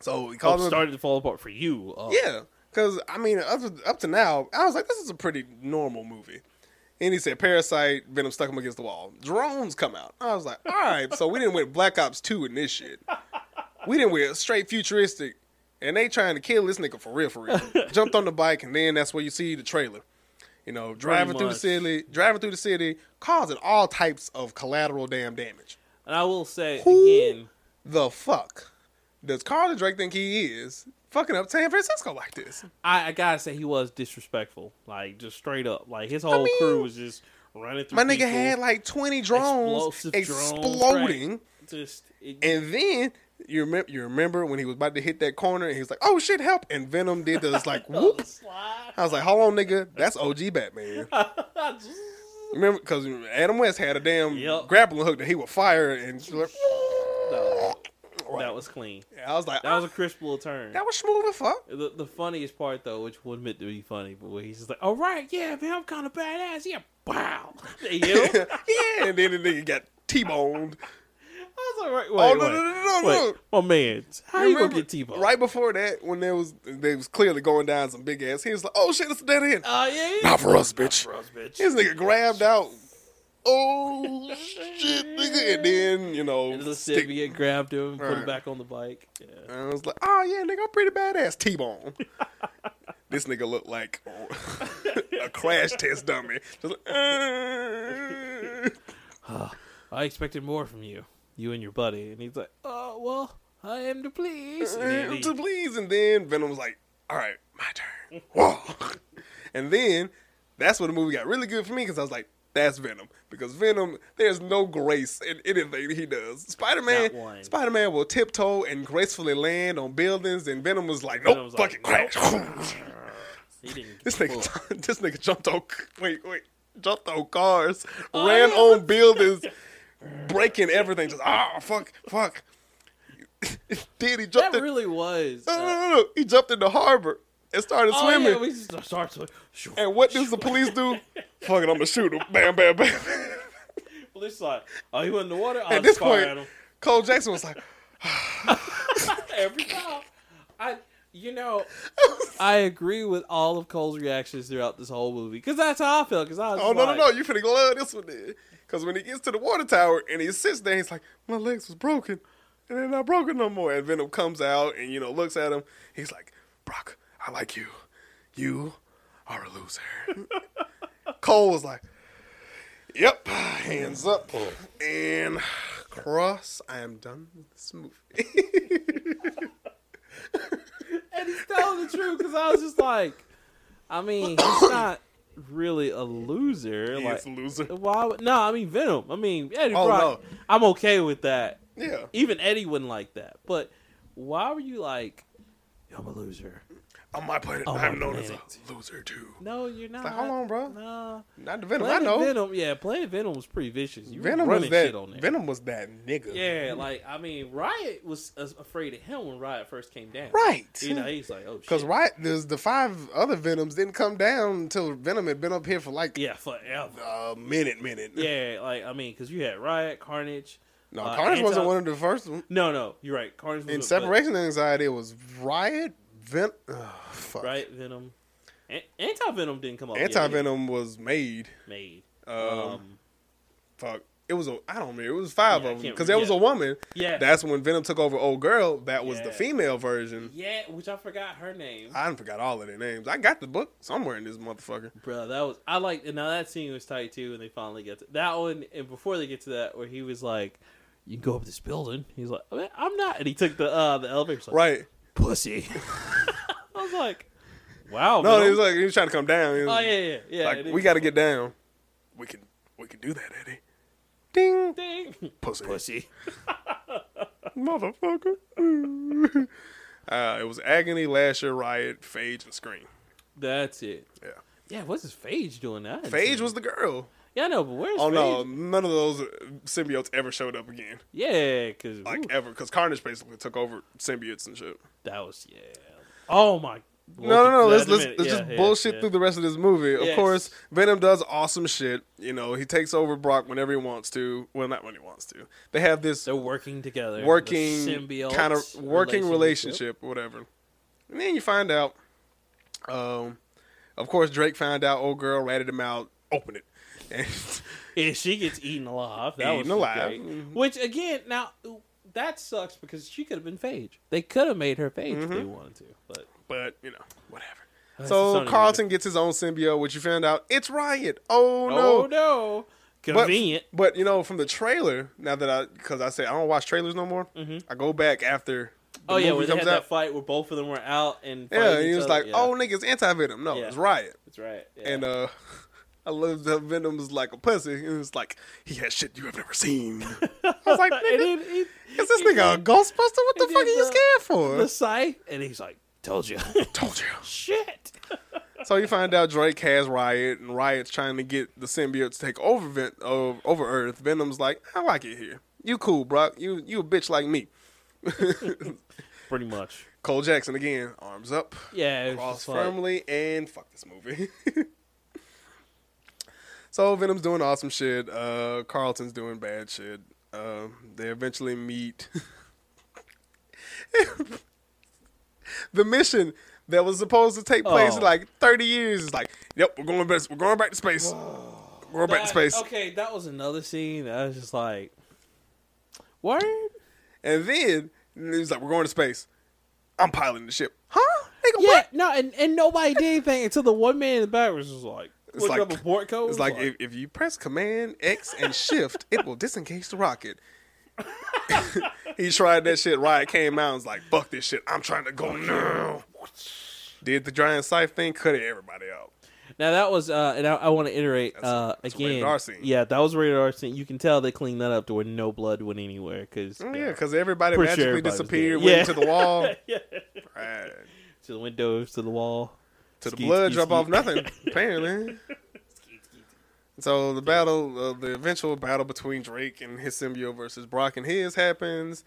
S1: So he
S2: Oh,
S1: called him.
S2: started to fall apart for you. Oh.
S1: yeah, because I mean, up to, up to now, I was like, this is a pretty normal movie. And he said, "Parasite, Venom stuck him against the wall. Drones come out." I was like, "All right." so we didn't win Black Ops Two in this shit. We didn't win straight futuristic, and they trying to kill this nigga for real, for
S2: (laughs)
S1: real. Jumped on the bike, and then that's where you see the trailer. You know, driving through the
S2: much.
S1: city, driving through the city, causing all types of collateral damn damage.
S2: And I will say
S1: Who-
S2: again,
S1: The fuck does Carter Drake think he is fucking up San Francisco like this?
S2: I, I gotta say he was disrespectful, like just straight up. Like his whole
S1: mean,
S2: crew was just running through.
S1: My nigga
S2: people,
S1: had like 20 drones
S2: explosive
S1: exploding.
S2: drones, right? Just it, (laughs)
S1: And then you remember, you remember when he was about to hit that corner and he was like, oh shit, help. And Venom
S2: (laughs)
S1: did this like
S2: on
S1: whoop.
S2: the slide. (laughs)
S1: I was like, hold on, nigga. That's OG Batman. Remember, because Adam West had a damn
S2: Yep.
S1: grappling hook that he would fire, and she was
S2: No,
S1: like,
S2: that was clean.
S1: Yeah, I was like, "Oh,
S2: That was a crisp little turn.
S1: that was smooth as fuck. (laughs)
S2: The, the funniest part though, which wasn't meant to be funny, but where he's just like, "All right, yeah, man, I'm kind of badass, yeah, wow." (laughs) They yell.
S1: (laughs)
S2: I
S1: yeah, and then the nigga got T-boned.
S2: was like, "Wait,
S1: Oh,
S2: wait,
S1: no,
S2: wait,
S1: no, no, no,
S2: wait, my man, how you gonna
S1: Remember,
S2: get T-boned?"
S1: Right before that, when there was they was clearly going down some big ass, he was like, "Oh shit, it's a dead end."
S2: Oh yeah, yeah.
S1: Not for us, bitch.
S2: for us, bitch.
S1: His nigga grabbed out. Oh shit, nigga, and then you know,
S2: And the
S1: stick-
S2: symbiote grabbed him, and put him
S1: Right.
S2: back on the bike. Yeah.
S1: And I was like, oh yeah, nigga, I'm pretty badass. T Bone. (laughs) this nigga looked like (laughs) a crash test dummy. Just like, "Uh."
S2: I expected more from you, you and your buddy. And he's like, "Oh well, I am to please." And then he-
S1: to please. And then Venom was like, all right, my
S2: (laughs)
S1: turn. Whoa. and then that's where the movie got really good for me because I was like, that's Venom. Because Venom, there's no grace in anything he does. Spider
S2: Not one.
S1: Man Spider Man will tiptoe and gracefully land on buildings, and Venom was like, nope,
S2: Venom was
S1: fucking
S2: like,
S1: crash.
S2: he didn't.
S1: (laughs) This
S2: get
S1: nigga,
S2: full.
S1: this nigga jumped on. Wait, wait, jumped on cars,
S2: Oh,
S1: ran
S2: yeah.
S1: on
S2: (laughs)
S1: buildings, breaking everything. Just ah, fuck, fuck. (laughs) then he jumped.
S2: That
S1: in,
S2: really was.
S1: no, no,
S2: uh,
S1: no, no. He jumped in the harbor and started
S2: oh
S1: swimming.
S2: yeah, we just start to. (laughs)
S1: and what does the police do? Fucking, I'm gonna shoot him. Bam, bam, bam. (laughs)
S2: Police like, oh, he went in the water. I
S1: At this
S2: fire at
S1: point,
S2: him.
S1: Cole Jackson was like,
S2: every time. I, you
S1: (laughs)
S2: know, I agree with all of Cole's reactions throughout this whole movie because that's how I felt. Because I was,
S1: "Oh no, no,
S2: like-
S1: no! You finna love this one, then." Because when he gets to the water tower and he sits there, he's like, "My legs was broken, and they're not broken no more." And Venom comes out and you know looks at him. He's like, "Brock, I like you. You are a
S2: (laughs)
S1: loser." Cole was like, "Yep, hands up
S2: Oh.
S1: and cross. I am done with this (laughs) movie."
S2: and he's telling the truth because I was just like, I mean, he's not really a loser.
S1: he
S2: like, "Oh."
S1: is a loser.
S2: why? Would, no, I mean Venom. I mean Eddie
S1: Oh,
S2: Brock.
S1: no.
S2: I'm okay with that.
S1: Yeah.
S2: Even Eddie wouldn't like that. But why were you like, I'm a loser?
S1: On my planet,
S2: Oh,
S1: I'm
S2: my
S1: known
S2: planet.
S1: as a loser too.
S2: No, you're not.
S1: hold on, bro.
S2: Nah.
S1: Not the Venom. I
S2: Planet
S1: know.
S2: Venom, yeah, Planet Venom was pretty vicious. You
S1: Venom
S2: were
S1: was
S2: running
S1: that.
S2: shit on there.
S1: Venom was that nigga.
S2: Yeah, like I mean, Riot was as- afraid of him when Riot first came down.
S1: Right. (laughs)
S2: You know, he's like, oh shit.
S1: Because right, there's the five other Venoms didn't come down until Venom had been up here for like
S2: yeah, forever.
S1: a minute, minute.
S2: Yeah, like I mean, because you had Riot, Carnage.
S1: No,
S2: uh,
S1: Carnage wasn't
S2: Anti-
S1: one of the first one.
S2: No, no, you're right. Carnage was
S1: In
S2: but-
S1: Separation Anxiety, it was Riot, Ven. Oh, fuck.
S2: Right, Venom. An- Anti Venom didn't come up. yet,
S1: Anti Venom was made.
S2: it made.
S1: Um,
S2: Um,
S1: fuck. It was a. I don't remember. It was five
S2: Yeah, I
S1: of them
S2: can't
S1: because there was
S2: re-
S1: a woman.
S2: yeah,
S1: That's when Venom took over Old Girl. That was the
S2: Yeah.
S1: female version.
S2: yeah, which I forgot her name.
S1: I done forgot all of their names. I got the book somewhere in this motherfucker.
S2: Bro, that was I like and now that scene was tight too when they finally get to that one and before they get to that where he was like, You can go up this building. He's like, "Man, I'm not and he took the uh the elevator he's like,
S1: Right.
S2: pussy. (laughs) I was like, Wow,
S1: No,
S2: man.
S1: he was like he was trying to come down. He was-
S2: Oh yeah, yeah, yeah.
S1: like
S2: and
S1: we
S2: (laughs) he-
S1: got to get down. We can we can do that, Eddie. Ding,
S2: ding
S1: pussy,
S2: pussy.
S1: (laughs) motherfucker. (laughs) Mm. uh, it was agony, lasher, riot, phage, and scream.
S2: That's it.
S1: Yeah,
S2: Yeah, what's his Phage doing that?
S1: phage was the girl.
S2: Yeah, I know, but where's
S1: Oh no,
S2: Phage?
S1: none of those symbiotes ever showed up again,
S2: Yeah, cause
S1: like
S2: ooh,
S1: ever, because Carnage basically took over symbiotes and shit.
S2: that was yeah. Oh my
S1: No, no, no. Let's
S2: Wait a
S1: let's,
S2: minute.
S1: let's
S2: Yeah,
S1: just
S2: yeah,
S1: bullshit
S2: yeah.
S1: through the rest of this movie. Of
S2: Yes.
S1: course, Venom does awesome shit. You know, he takes over Brock whenever he wants to. Well, not when he wants to. They have this
S2: They're working together. The
S1: working
S2: symbiote
S1: kind of working
S2: (laughs)
S1: relationship
S2: relationship.
S1: or whatever. And then you find out, um, of course, Drake found out old girl ratted him out, opened it, (laughs) and
S2: Yeah, she gets eaten alive. That was
S1: Eaten alive. Mm-hmm.
S2: great. Which again, now that sucks because she could have been Phage. They could have made her Phage if they wanted to, but
S1: but you know whatever.
S2: That's the
S1: Mm-hmm. so
S2: Sony
S1: Carlton gets his own symbiote, which you found out it's Riot. Oh no!
S2: oh no,
S1: But,
S2: convenient.
S1: but you know from the trailer now that I because I say I don't watch trailers no more. I go back after. The
S2: Mm-hmm. oh yeah,
S1: movie
S2: when they
S1: comes
S2: had
S1: out.
S2: that fight where both of them were out and
S1: yeah,
S2: fighting
S1: and he
S2: each
S1: was
S2: other.
S1: like,
S2: Yeah,
S1: "Oh nigga, it's anti venom." No,
S2: Yeah.
S1: it's Riot.
S2: that's right." Yeah.
S1: And uh, (laughs) I love that Venom was like a pussy. And it's like, he has shit you have never seen. I was like,
S2: (laughs) and
S1: nigga,
S2: then
S1: (laughs)
S2: he-
S1: is this
S2: (laughs)
S1: nigga a Ghostbuster? What the
S2: and
S1: fuck are (laughs) you
S2: then the-
S1: scared
S2: the
S1: for? (laughs)
S2: sight, and he's like, "Told you,
S1: Told you.
S2: (laughs) shit."
S1: So you find out Drake has Riot, and Riot's trying to get the symbiote to take over Ven- uh, over Earth. Venom's like, I like it here. You cool, Brock. You you a bitch like
S2: (laughs)
S1: me. (laughs)
S2: Pretty much.
S1: Cole Jackson again, arms up,
S2: Yeah. It was
S1: cross
S2: just like,
S1: firmly, and fuck this movie. (laughs) so Venom's doing awesome shit. Uh, Carlton's doing bad shit. Uh, they eventually meet. (laughs) the mission that was supposed to take place
S2: Oh.
S1: in like 30 years is like, yep, we're going back. We're going back to space. We're going back to
S2: that-
S1: space.
S2: Okay, that was another scene. that I was just like, word.
S1: And then he's like, we're going to space. I'm piloting the ship. Huh? Nigga,
S2: Yeah,
S1: what?
S2: no, and, and nobody did anything until the one man in the back was just like,
S1: It's
S2: looking
S1: like-
S2: up a port code.
S1: It's like if, if you press Command X and Shift, it will disengage the rocket. (laughs) he tried that shit. Riot came out and was like, "Fuck this shit! I'm trying to go now." Did the giant scythe thing? Cut it, everybody out.
S2: Now that was, uh, and I, I want to iterate uh,
S1: that's a
S2: again.
S1: rated R scene.
S2: Yeah, that was a rated R scene. You can tell they cleaned that up to where no blood went anywhere because
S1: Oh, Yeah, because everybody
S2: Pretty sure
S1: magically
S2: everybody was
S1: disappeared,
S2: dead.
S1: went
S2: (laughs) Yeah.
S1: into the wall,
S2: (laughs)
S1: right.
S2: to the windows, to the wall.
S1: to the
S2: Skeet,
S1: blood,
S2: skeet,
S1: drop
S2: skeet.
S1: off
S2: (laughs)
S1: nothing. Apparently. So the battle, uh, the eventual battle between Drake and his symbiote versus Brock and his happens.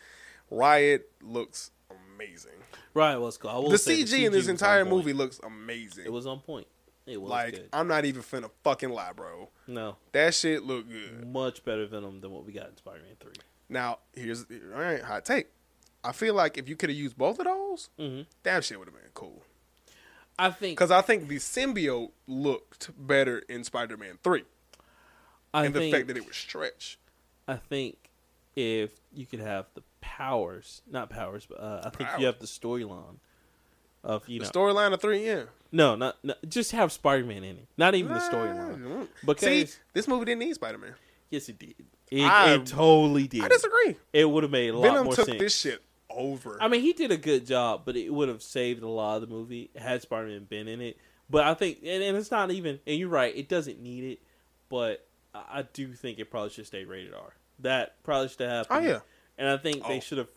S1: Riot looks amazing.
S2: Right, was cool. I will
S1: the
S2: say
S1: CG, in this
S2: was on
S1: entire
S2: point.
S1: movie looks amazing.
S2: it was on point. It was
S1: like
S2: good.
S1: I'm not even finna fucking lie, bro.
S2: no,
S1: That shit looked good.
S2: much better Venom than what we got in Spider-Man Three.
S1: Now here's all right, hot take. I feel like if you could have used both of those,
S2: Mhm.
S1: that shit would have been cool.
S2: I think
S1: Because I think the symbiote looked better in Spider-Man Three,
S2: I
S1: and the
S2: think
S1: fact that it was stretched.
S2: I think if you could have the powers, not powers, but uh, I think
S1: Powers.
S2: you have the storyline of you
S1: The
S2: know,
S1: storyline of three, yeah.
S2: no, not no, just have Spider-Man in it, not even the
S1: Nah,
S2: storyline.
S1: mm.
S2: Because-
S1: See, this movie didn't need Spider-Man.
S2: Yes, it did. It,
S1: I-
S2: it totally did.
S1: I disagree.
S2: It would have made a lot
S1: Venom
S2: more
S1: took
S2: sense.
S1: this shit over.
S2: I mean, he did a good job, but it would have saved a lot of the movie had Spider Man been in it. But I think, and, and it's not even, and you're right, it doesn't need it, but I, I do think it probably should stay rated R. That probably should have
S1: Oh,
S2: happened.
S1: yeah.
S2: And I think
S1: Oh.
S2: they should have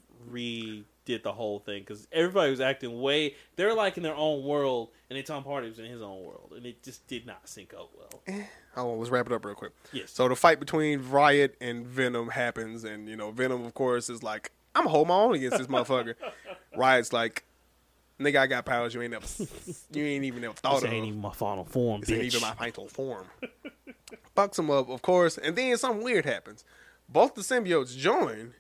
S2: redid the whole thing because everybody was acting way, they're like in their own world, and then Tom Hardy was in his own world, and it just did not sync up well.
S1: Eh, Hold on, let's wrap it up real quick.
S2: Yes.
S1: So the fight between Riot and Venom happens, and you know Venom, of course, is like, "I'm gonna hold my own against this
S2: (laughs)
S1: motherfucker." Riot's like, "Nigga, I got powers you ain't never, you ain't even never thought
S2: this
S1: of.
S2: ain't even my final form,
S1: this ain't even
S2: bitch.
S1: my final form." Fucks him up, of course, and then something weird happens. Both the symbiotes join,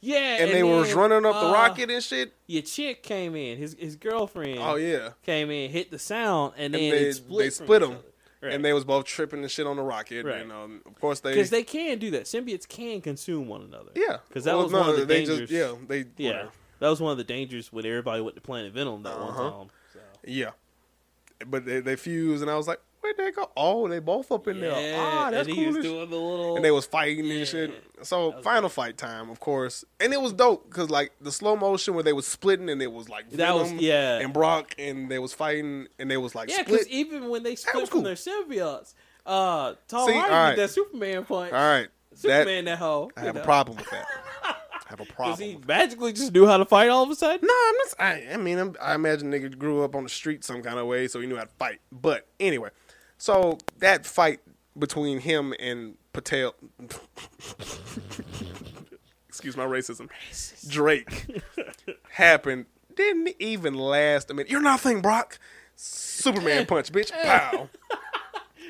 S2: yeah,
S1: and, they was
S2: then,
S1: running up the
S2: uh,
S1: rocket and shit.
S2: Your chick came in, his his girlfriend.
S1: Oh yeah,
S2: came in, hit the sound, and then
S1: and they
S2: it split
S1: they split them,
S2: Right.
S1: and they was both tripping and shit on the rocket,
S2: Right.
S1: and um, of course they
S2: because they can do that. Symbiotes can consume one another.
S1: Yeah,
S2: because that
S1: Well,
S2: was one of the
S1: they
S2: dangers.
S1: Just, yeah, they
S2: yeah,
S1: yeah
S2: that was one of the dangers when everybody went to Planet Venom that
S1: Uh-huh.
S2: one time. So.
S1: yeah, but they they fused, and I was like, where'd they go? Oh, they both up in there. Ah, that's
S2: and
S1: cool.
S2: he was
S1: as-
S2: doing the little.
S1: and they was fighting
S2: Yeah.
S1: and shit. So
S2: was
S1: final fight time, of course, and it was dope because like the slow motion where they was splitting and it was like
S2: That was-
S1: Venom
S2: yeah.
S1: and Brock and they was fighting and they was like
S2: yeah, because
S1: split.
S2: even when they split
S1: was
S2: from
S1: cool.
S2: their symbiotes, uh, Tom
S1: See,
S2: Hardy
S1: alright.
S2: did that Superman punch.
S1: All right, that
S2: Superman, that, hoe.
S1: I
S2: you
S1: have a
S2: know.
S1: problem with that. I
S2: (laughs)
S1: have a problem.
S2: Does he
S1: with that.
S2: magically just knew how to fight all of a sudden?
S1: No, I'm not. I, I mean, I'm, I imagine nigga grew up on the street some kind of way, so he knew how to fight. But anyway, so that fight between him and Patel, (laughs) excuse my racism,
S2: (laughs)
S1: Drake happened. Didn't even last a minute. You're nothing, Brock. Superman punch, bitch.
S2: (laughs)
S1: Pow.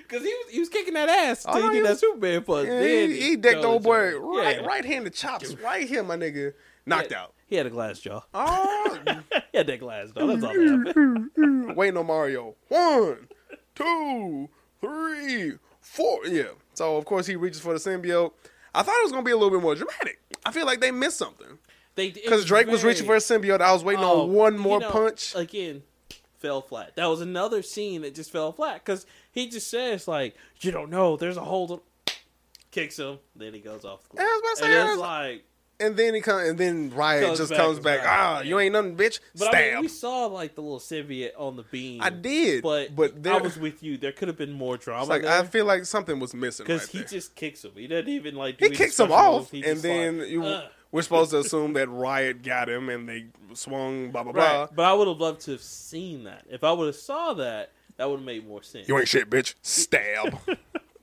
S2: Because he was, he was kicking that ass until
S1: no,
S2: he
S1: Oh, he
S2: did
S1: was-
S2: that Superman punch.
S1: Yeah,
S2: Then
S1: he, he decked
S2: totally
S1: old boy
S2: turned.
S1: right,
S2: Yeah.
S1: right handed chops right here, my nigga. Knocked
S2: Yeah.
S1: out.
S2: He had a glass jaw. (laughs)
S1: Oh,
S2: he had that glass jaw. That's all that
S1: (laughs)
S2: happened.
S1: Waiting on Mario. One, two, three, four. Yeah. So of course he reaches for the symbiote. I thought it was gonna be a little bit more dramatic. I feel like they missed something because Drake was reaching for a symbiote. I was waiting on one more punch.
S2: Oh, Again, fell flat. That was another scene that just fell flat because he just says like, "You don't know. There's a hold." Kicks him, then he goes off. The
S1: Yeah, I was about to say,
S2: and
S1: I
S2: it's
S1: was-
S2: like,
S1: and then he comes, and then Riot
S2: Comes
S1: just
S2: back,
S1: comes
S2: comes
S1: back.
S2: back.
S1: Ah,
S2: Yeah.
S1: you ain't nothing, bitch.
S2: but I mean,
S1: Stab.
S2: we saw like the little symbiote on the beam.
S1: I, did,
S2: but
S1: but
S2: I
S1: there,
S2: was with you. There could have been more drama.
S1: it's like I
S2: there.
S1: feel like something was missing.
S2: Because
S1: right
S2: he
S1: there.
S2: just kicks him. He doesn't even like.
S1: he
S2: do any
S1: kicks him
S2: special moves.
S1: off,
S2: He
S1: and
S2: just
S1: then
S2: like,
S1: you,
S2: "Uh."
S1: We're supposed to assume that Riot got him and they swung, blah, blah,
S2: Right.
S1: blah.
S2: But I would have loved to have seen that. If I would have saw that, that would have made more sense.
S1: You ain't shit, bitch.
S2: (laughs)
S1: Stab.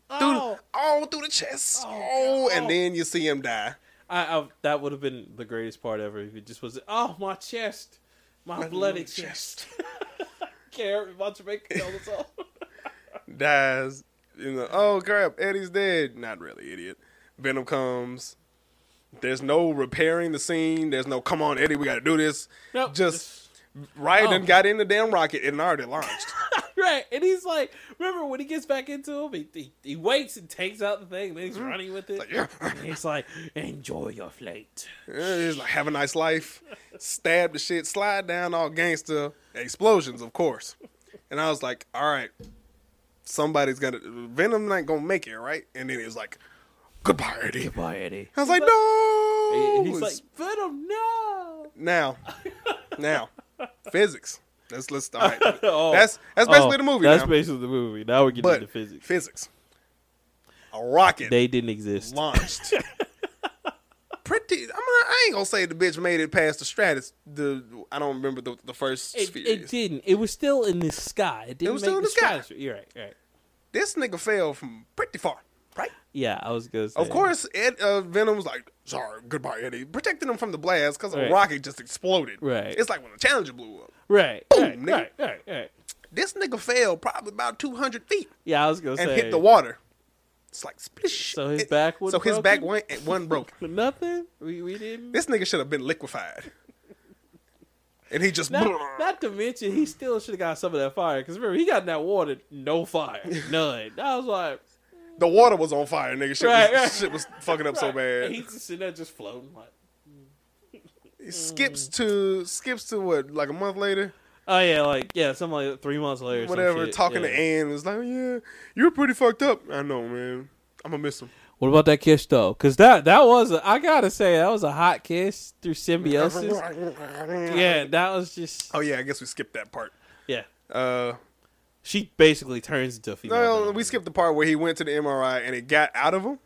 S2: oh,
S1: all through the chest.
S2: Oh,
S1: Oh,
S2: God.
S1: and then you see him die.
S2: I, I, that would have been the greatest part ever if it just was. Oh, my chest, my, bloody
S1: little
S2: chest. (laughs) Care about Jamaica tell us
S1: (laughs)
S2: all.
S1: Dies. You know, oh crap, Eddie's dead. Not really, idiot. Venom comes. There's no repairing the scene. There's no come on, Eddie, we gotta do this.
S2: Nope,
S1: Just- Riot
S2: Oh.
S1: done got in the damn rocket and already
S2: (gasps)
S1: launched.
S2: Right, and he's like, remember when he gets back into him, he, he, he waits and takes out the thing, and then he's running with it.
S1: Mm-hmm. like, yeah.
S2: And he's like, enjoy your flight.
S1: Yeah, He's like, have a nice life. Stab the shit, slide down all gangster. Explosions, of course. And I was like, all right, somebody's gonna Venom not gonna make it, right? And then he's like, goodbye, Eddie.
S2: Goodbye, Eddie.
S1: I was like, no.
S2: And he's like,
S1: It's-
S2: Venom, no.
S1: now, now, physics. Let's let's all right.
S2: (laughs) Oh.
S1: That's that's basically the movie
S2: That's
S1: now.
S2: basically the movie. Now we're getting
S1: but
S2: into physics.
S1: physics. A rocket
S2: They didn't exist.
S1: launched. (laughs) Pretty. I'm not, I ain't gonna say the bitch made it past the stratus. The I don't remember the, the first
S2: It,
S1: sphere.
S2: it didn't. It was still in the sky. It didn't
S1: was
S2: make
S1: still in the sky.
S2: stratosphere. You're right. You're right.
S1: This nigga fell from pretty far, right?
S2: Yeah, I was gonna say.
S1: Of course, Ed, uh, Venom was like, "Sorry, goodbye, Eddie," protecting him from the blast because
S2: Right.
S1: a rocket just exploded.
S2: Right.
S1: It's like when the Challenger blew up.
S2: Right. right,
S1: nigga.
S2: right. Right. Right.
S1: This nigga fell probably about two hundred feet.
S2: Yeah, I was gonna
S1: and
S2: say.
S1: hit the water. It's like splish.
S2: So his
S1: It-
S2: back was
S1: So his
S2: broken?
S1: back went one broke.
S2: Nothing. We we didn't.
S1: This nigga should have been liquefied. And he just
S2: Not, not to mention, he still should have got some of that fire. Because remember, he got in that water, no
S1: (laughs)
S2: fire, none. I was like,
S1: the water was on fire, nigga. Shit,
S2: Right,
S1: was,
S2: right.
S1: shit was fucking up so
S2: right.
S1: bad.
S2: And he's just sitting there, just floating. Like,
S1: He skips to skips to what like a month later,
S2: oh yeah, like yeah, something like that, three months later, or some
S1: whatever.
S2: shit,
S1: Talking
S2: yeah.
S1: to Ann was like, oh, yeah, you're pretty fucked up. I know, man. I'm gonna miss him.
S2: What about that kiss though? Because that that was a, I gotta say that was a hot kiss through symbiosis. yeah, that was just
S1: Oh yeah, I guess we skipped that part.
S2: yeah.
S1: Uh,
S2: She basically turns into a female.
S1: well,
S2: villain.
S1: we skipped the part where he went to the MRI and it got out of him.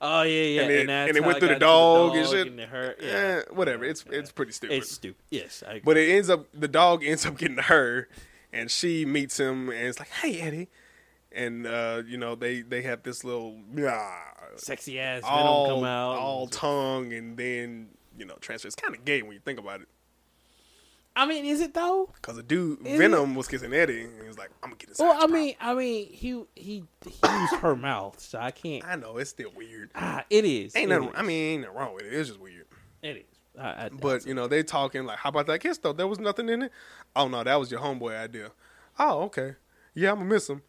S2: oh yeah, yeah,
S1: and it-
S2: that's
S1: and it
S2: how
S1: went through the
S2: got to
S1: dog and shit.
S2: And it hurt. Yeah,
S1: Eh, whatever. It's it's pretty stupid.
S2: it's stupid. Yes, I agree.
S1: But it ends up the dog (laughs) ends up getting her, and she meets him, and it's like, "Hey, Eddie," and uh, you know they they have this little ah,
S2: sexy ass venom
S1: all
S2: come out.
S1: all tongue, and then you know transfer. It's kind of gay when you think about it,
S2: I mean, is it though?
S1: because a dude
S2: Is
S1: Venom was kissing Eddie, and he was like, "I'm gonna get this."
S2: Well, I mean, I mean, he he he used her mouth, so I can't.
S1: I know it's still weird.
S2: Ah, it is.
S1: Ain't
S2: it
S1: nothing.
S2: is,
S1: I mean, ain't nothing wrong with it. It's just weird.
S2: it is. I, I,
S1: But you know, they talking like, "How about that kiss though? There was nothing in it." Oh no, that was your homeboy idea. Oh okay, yeah, I'm gonna miss him.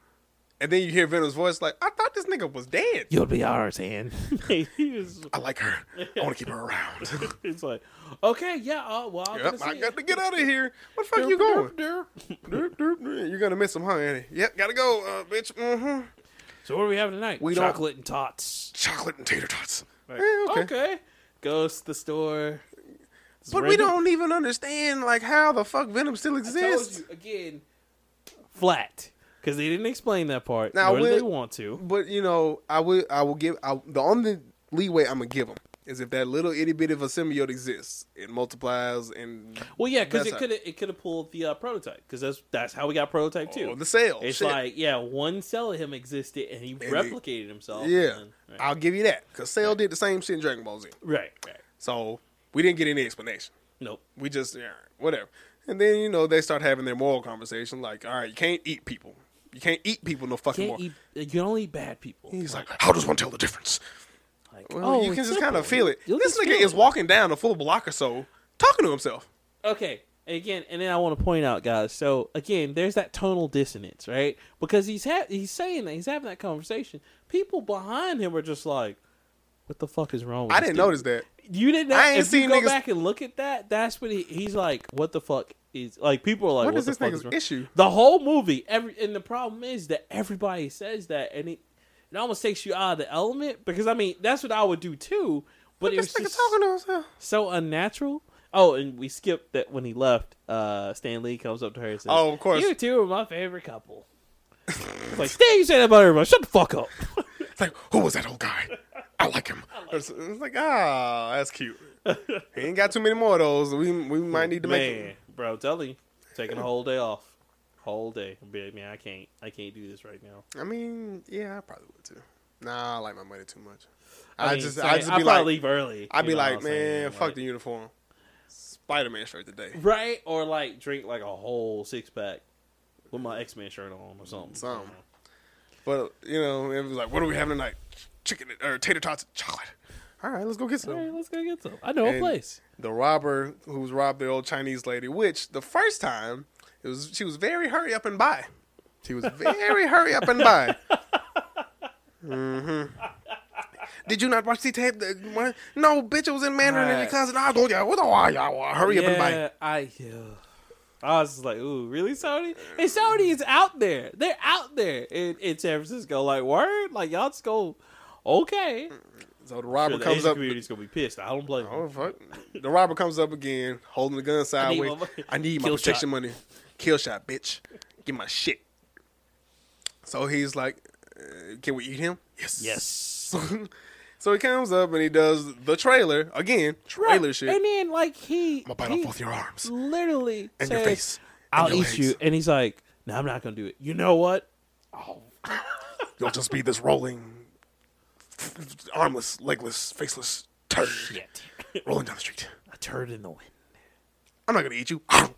S1: And then you hear Venom's voice like, "I thought this nigga was dead."
S2: you'll be ours, Anne. (laughs) he was
S1: I like her. I want to keep her
S2: (laughs)
S1: around.
S2: It's like, okay, yeah, uh, well,
S1: (laughs)
S2: I'm
S1: yep,
S2: gonna
S1: I
S2: see
S1: got to
S2: it.
S1: get out of here. Where the fuck you going? Derp, derp, derp. You're gonna miss him, huh, Annie? Yep, gotta go, uh, bitch. Mm-hmm.
S2: So what are we having tonight?
S1: We don't-
S2: Chocolate and tots.
S1: Chocolate and tater tots.
S2: Like,
S1: Eh, okay.
S2: okay. Goes to the store. It's
S1: But we
S2: random.
S1: don't even understand like how the fuck Venom still
S2: I told
S1: exists.
S2: you again. Flat, because they didn't explain that part.
S1: Now,
S2: Now, nor do
S1: we'll-
S2: they want to.
S1: But you know, I will. I will give. I, the only leeway I'm gonna give him is if that little itty bitty of a symbiote exists, it multiplies and
S2: Well, yeah, because
S1: That's
S2: it
S1: how-
S2: could have it could have pulled the uh, prototype, because that's that's how we got prototype too.
S1: oh, the cell.
S2: It's
S1: Shit.
S2: like, yeah, one cell of him existed and he replicated himself.
S1: yeah,
S2: and- right.
S1: I'll give you that because Cell did the same shit in Dragon Ball Z.
S2: right, right.
S1: So we didn't get any explanation.
S2: Nope.
S1: We just yeah, whatever. And then you know they start having their moral conversation, like, all right, you can't eat people. You can't eat people no fucking more.
S2: Can't eat, you can only eat bad people.
S1: He's like, how does one tell the difference?
S2: Like,
S1: Well, you
S2: it's
S1: can just
S2: simple.
S1: kind of feel it.
S2: You'll
S1: this
S2: just
S1: nigga
S2: feel
S1: is
S2: it.
S1: walking down a full block or so, talking to himself.
S2: Okay. And again, and then I want to point out, guys. So again, there's that tonal dissonance, right? Because he's ha- he's saying that he's having that conversation. People behind him are just like, "What the fuck is wrong?" with
S1: I
S2: this
S1: didn't
S2: dude?
S1: notice that.
S2: You didn't.
S1: I ain't
S2: if you
S1: seen
S2: go
S1: niggas-
S2: back and look at that, that's what he, he's like. What the fuck is like? People are like,
S1: What
S2: "What,
S1: is
S2: the
S1: this
S2: fuck
S1: nigga's
S2: is wrong?"
S1: issue?
S2: The whole movie, every and the problem is that everybody says that, and it it almost takes you out of the element because I mean that's what I would do too. But it was
S1: This nigga
S2: just
S1: talking to himself.
S2: so unnatural. Oh, and we skipped that when he left. Uh, Stan Lee comes up to her and says,
S1: Oh, of course.
S2: you two are my favorite couple."
S1: (laughs)
S2: It's like Stan, you say that about everybody. Shut the fuck up.
S1: It's like, who was that old guy? I like him. It's, it's like, ah, that's cute. he ain't got too many more of those. We we might need to
S2: Man,
S1: make.
S2: bro, tell you, taking a whole day off, whole day. I'd be like, man, I can't, I can't do this right now.
S1: I mean, yeah, I probably would too. Nah, I like my money too much.
S2: I,
S1: I,
S2: mean,
S1: just,
S2: say-
S1: I just
S2: I'd
S1: be
S2: probably
S1: like,
S2: leave early.
S1: I'd be
S2: you know
S1: like,
S2: what I'm saying?
S1: man, fuck
S2: Like-
S1: the uniform. Spider Man shirt today.
S2: right? Or like drink like a whole six pack with my X Men shirt on or something.
S1: Something. But you know, it was like, what are we having tonight? Chicken or tater tots and chocolate. All right, let's go get
S2: All
S1: some.
S2: right, let's go get some. I know
S1: And-
S2: a place.
S1: the robber who's robbed the old Chinese lady, which the first time it was she was very hurry up and buy. She was very hurry up and buy. Mm-hmm. Did you not watch the tape? The- what? No, bitch, it was in Mandarin in the
S2: Right.
S1: closet. I go, yeah, what the why, y'all? why? Hurry up and buy.
S2: Yeah, I yeah. I was just like, ooh, really, Saudi? And Saudi is out there. They're out there in, in San Francisco. Like, word? Like, y'all just go, okay.
S1: So the
S2: Sure,
S1: robber
S2: the
S1: comes
S2: Asian
S1: up.
S2: community's going to be pissed. I don't blame
S1: Oh
S2: them.
S1: fuck! The robber comes up again, holding the gun sideways. I
S2: my-
S1: need my,
S2: Kill
S1: protection
S2: shot.
S1: money. Kill shot, bitch. Give my shit. So he's like, uh, "Can we eat him?" Yes.
S2: Yes.
S1: So, (laughs) so he comes up and he does the trailer again. Trailer shit.
S2: And
S1: I'm
S2: then, like, he,
S1: gonna bite
S2: he
S1: off both your arms
S2: literally
S1: and your
S2: says,
S1: face. and
S2: I'll
S1: your
S2: eat
S1: legs.
S2: you. And he's like, no, I'm not going to do it. You know what?
S1: You'll just be this rolling, armless, legless, faceless
S2: (laughs)
S1: turd
S2: Shit.
S1: rolling down the street.
S2: A turd in the wind.
S1: I'm not gonna eat you. (laughs)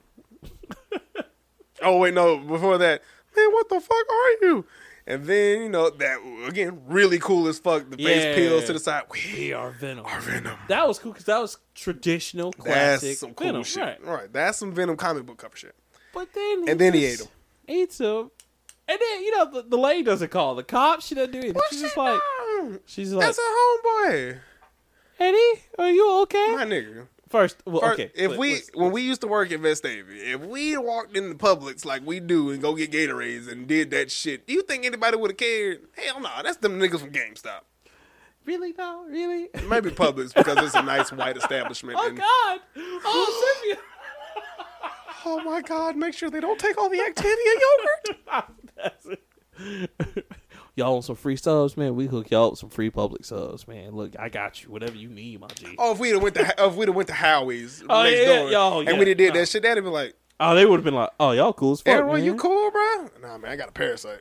S1: oh wait, no. Before that, man, what the fuck are you? And then you know that again, really cool as fuck. The
S2: Yeah.
S1: face peels to the side. We
S2: They
S1: are
S2: are Venom.
S1: Venom.
S2: That was cool because that was traditional
S1: That's
S2: classic
S1: some cool
S2: Venom,
S1: shit.
S2: right.
S1: All right, that's some Venom comic book cover shit.
S2: But then
S1: And then he
S2: just
S1: ate 'em.
S2: Eats him. And then you know the, the lady doesn't call the cops. She doesn't do anything. she's
S1: Shit, (laughs)
S2: just like
S1: no.
S2: she's like
S1: that's a homeboy,
S2: Eddie, are you okay?
S1: my nigga.
S2: First, well,
S1: Or
S2: okay.
S1: if
S2: look,
S1: we
S2: listen.
S1: when we used to work at Vestavia, if we walked in the Publix like we do and go get Gatorades and did that shit, do you think anybody would have cared? Hell no, that's them niggas from GameStop.
S2: really no,
S1: (laughs)
S2: really.
S1: Maybe Publix because it's a nice white establishment.
S2: (laughs) Oh
S1: and,
S2: God!
S1: (laughs)
S2: Oh, Sylvia.
S1: oh my God! Make sure they don't take all the Activia yogurt.
S2: That's it. (laughs) y'all want some free subs, man? We hook y'all up with some free public subs, man. Look, I got you. Whatever you need, my G.
S1: Oh,
S2: Oh,
S1: if we'd have went to oh, if we'd have went to Howie's
S2: Oh,
S1: next
S2: yeah,
S1: door,
S2: yeah, oh,
S1: and
S2: yeah,
S1: we'd have did
S2: nah.
S1: that shit, that'd be like,
S2: they would have been like, "Oh, y'all cool as fuck,
S1: Aaron,
S2: man.
S1: you cool, bro? Nah, man, I got a parasite.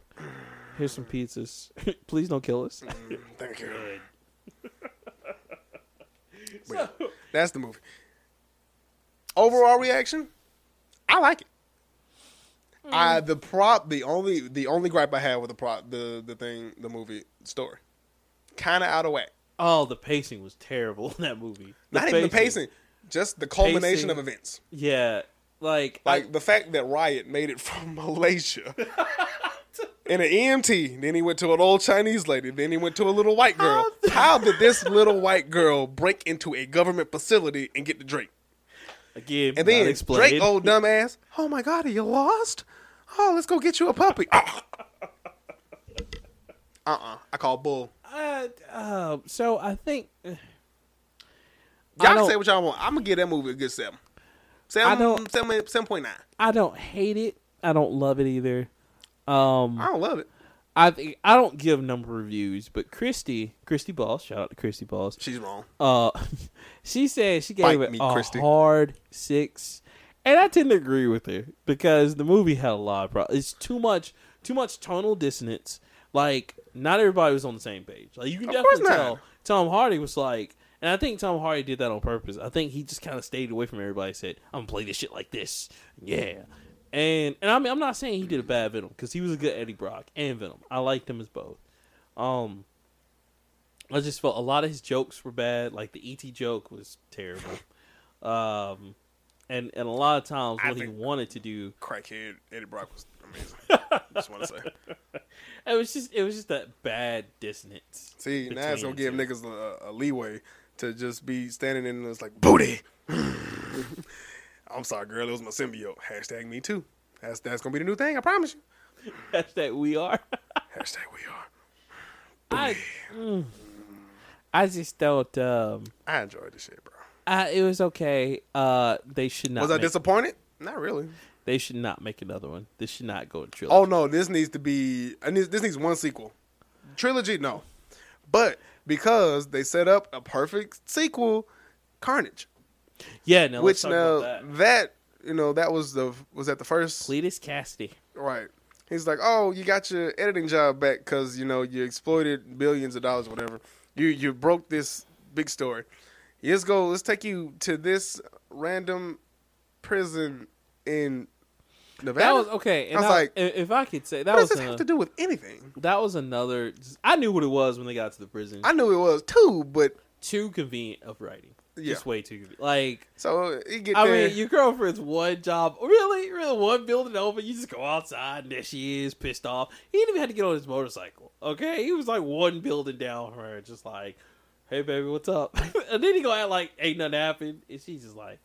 S2: Here's some pizzas. (laughs) Please don't kill us."
S1: Thank you.
S2: (laughs)
S1: But yeah, that's the movie. Overall reaction, I like it. I the prop the only the only gripe I had with the prop the the thing the movie story, kind of out of whack.
S2: Oh, the pacing was terrible in that movie. The
S1: Not even the pacing, just the culmination
S2: Pacing.
S1: of events.
S2: Yeah, like,
S1: Like the fact that Riot made it (laughs) from Malaysia. And an EMT, then he went to an old Chinese lady, then he went to a little white girl. How did this little white girl break into a government facility and get to Drake?
S2: again,
S1: And then
S2: not explained.
S1: Drake, old dumbass, oh my god, are you lost? Oh, let's go get you a puppy. (laughs) uh uh I call bull.
S2: Uh, uh, so I think I
S1: Y'all can
S2: don't-
S1: say what y'all want. I'm gonna give that movie a good seven.
S2: I
S1: Seven,
S2: don't-
S1: seven, seven point nine.
S2: I don't hate it. I don't love it either. Um,
S1: I don't love it.
S2: I think I don't give number reviews, but Christy, Christy Balls, shout out to Christy Balls.
S1: She's wrong.
S2: Uh, (laughs) she said she gave
S1: Bite
S2: it
S1: me,
S2: a
S1: Christy.
S2: hard six, and I tend to agree with her because the movie had a lot of problems. It's too much, too much tonal dissonance. Like not everybody was on the same page. Like you can
S1: Of course
S2: definitely tell
S1: not.
S2: Tom Hardy was like, and I think Tom Hardy did that on purpose. I think he just kind of stayed away from everybody. Said, "I'm gonna play this shit like this, yeah." And and I mean, I'm not saying he did a bad Venom because he was a good Eddie Brock and Venom. I liked him as both. Um, I just felt a lot of his jokes were bad. Like the ET joke was terrible, (laughs) um, and and a lot of times
S1: I
S2: what he
S1: think-
S2: wanted to do,
S1: Crackhead Eddie Brock was (laughs) amazing. just want to say.
S2: it was just it was just that bad dissonance. (laughs)
S1: See, now it's gonna
S2: Between
S1: give
S2: the
S1: niggas a, a leeway to just be standing in this like (laughs) booty. I'm sorry, girl. It was my symbiote. Hashtag me too. That's that's gonna be the new thing. I promise you.
S2: That's that we are. (laughs)
S1: Hashtag we are.
S2: I mm. I just don't. Um,
S1: I enjoyed the shit, bro.
S2: I, it was okay. Uh, they should not.
S1: Was I
S2: make-
S1: disappointed? Not really.
S2: they should not make another one. This should not go in trilogy.
S1: Oh no, this needs to be. I need, this needs one sequel. Trilogy, no. But because they set up a perfect sequel, Carnage,
S2: Yeah, no.
S1: Oh, which
S2: let's talk
S1: now
S2: about that.
S1: that. you know that was the was that the first
S2: Cletus Cassidy.
S1: right. He's like, oh, you got your editing job back because you know you exploited billions of dollars, whatever. You you broke this big story. Let's go. Let's take you to this random prison in Nevada.
S2: That was okay. And
S1: I was
S2: I
S1: like,
S2: if if I could say that
S1: what does
S2: was
S1: this
S2: a-
S1: have to do with anything?
S2: that was another. I knew what it was when they got to the prison.
S1: I knew it was too, but
S2: too convenient of writing.
S1: Yeah.
S2: Just way too convenient. Like
S1: so you get
S2: I
S1: there.
S2: mean, your girlfriend's one job, really, really one building over. You just go outside, and there she is, pissed off. He didn't even have to get on his motorcycle. Okay, he was like one building down from her, just like, "Hey, baby, what's up?" (laughs) and then he go out like, "Ain't nothing happened," and she's just like,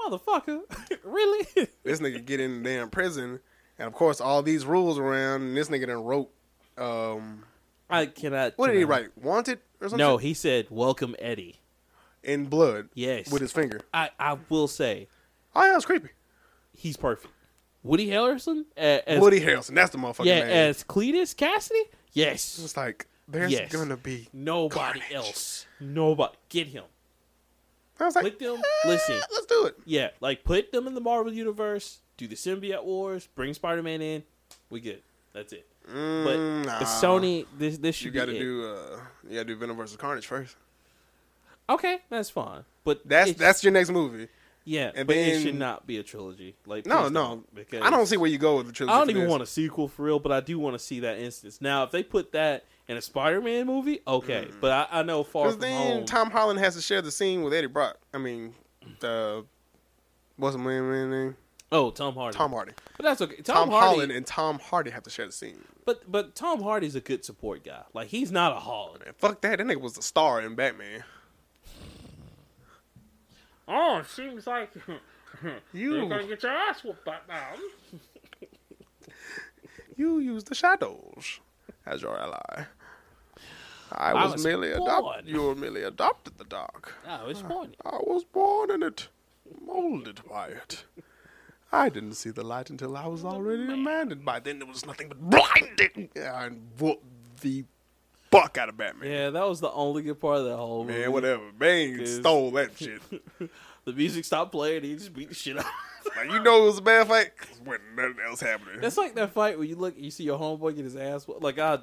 S2: "Motherfucker, (laughs) really?"
S1: this nigga get in the damn prison, and of course all these rules around. And this nigga done wrote, um,
S2: I cannot.
S1: what did he
S2: cannot-
S1: write? Wanted or something?
S2: No, he said, "Welcome, Eddie."
S1: in blood.
S2: Yes.
S1: with his finger.
S2: I I will say
S1: Oh, yeah, it was creepy.
S2: he's perfect. Woody Harrelson a- as
S1: Woody Harrelson, that's the motherfucking
S2: Yeah,
S1: name.
S2: as Cletus Cassidy? Yes.
S1: it's like there's
S2: Yes.
S1: gonna be.
S2: Nobody
S1: Carnage.
S2: else. Nobody. Get him.
S1: I was like,
S2: Click them,
S1: eh,
S2: listen.
S1: let's do it.
S2: Yeah, like put them in the Marvel Universe, do the symbiote wars, bring Spider Man in. We good. That's it. But
S1: Mm, nah.
S2: the Sony, this this should
S1: you
S2: be
S1: gotta
S2: it.
S1: do, uh, you gotta do Venom versus Carnage first.
S2: Okay, that's fine. But
S1: That's
S2: it-
S1: that's your next movie.
S2: yeah.
S1: and
S2: but it
S1: then-
S2: should not be a trilogy. Like
S1: No,
S2: please
S1: no,
S2: don't, because
S1: I don't see where you go with the trilogy.
S2: I don't even want a sequel for real, but I do want to see that instance. Now, if they put that in a Spider Man movie, okay. But I, I know far
S1: Because
S2: from
S1: then
S2: home.
S1: Tom Holland has to share the scene with Eddie Brock. I mean, uh, what's the man's name?
S2: oh, Tom Hardy.
S1: Tom Hardy.
S2: But that's okay.
S1: Tom,
S2: Tom, Hardy,
S1: Holland and Tom Hardy have to share the scene.
S2: but but Tom Hardy's a good support guy. Like he's not a hog.
S1: Man, fuck that. That nigga was the star in Batman.
S3: Oh, it seems like (laughs) you're gonna
S1: You
S3: get your ass whooped by now.
S1: you used the shadows as your ally. I
S2: I
S1: was,
S2: was
S1: merely
S2: born.
S1: adopted. You were merely adopted the dark.
S2: No, Oh, it's funny.
S1: I was born in it, molded by it. I didn't see the light until I was already a man, and by then there was nothing but blinding. And whooped the fuck out of Batman.
S2: Yeah, that was the only good part of that whole movie.
S1: Man, whatever. Bane
S2: Cause-
S1: stole that shit.
S2: The music stopped playing. He just beat the shit out.
S1: Like, you know it was a bad fight 'cause wasn't nothing else happening.
S2: That's like that fight where you look, you see your homeboy get his ass. wh- Like I,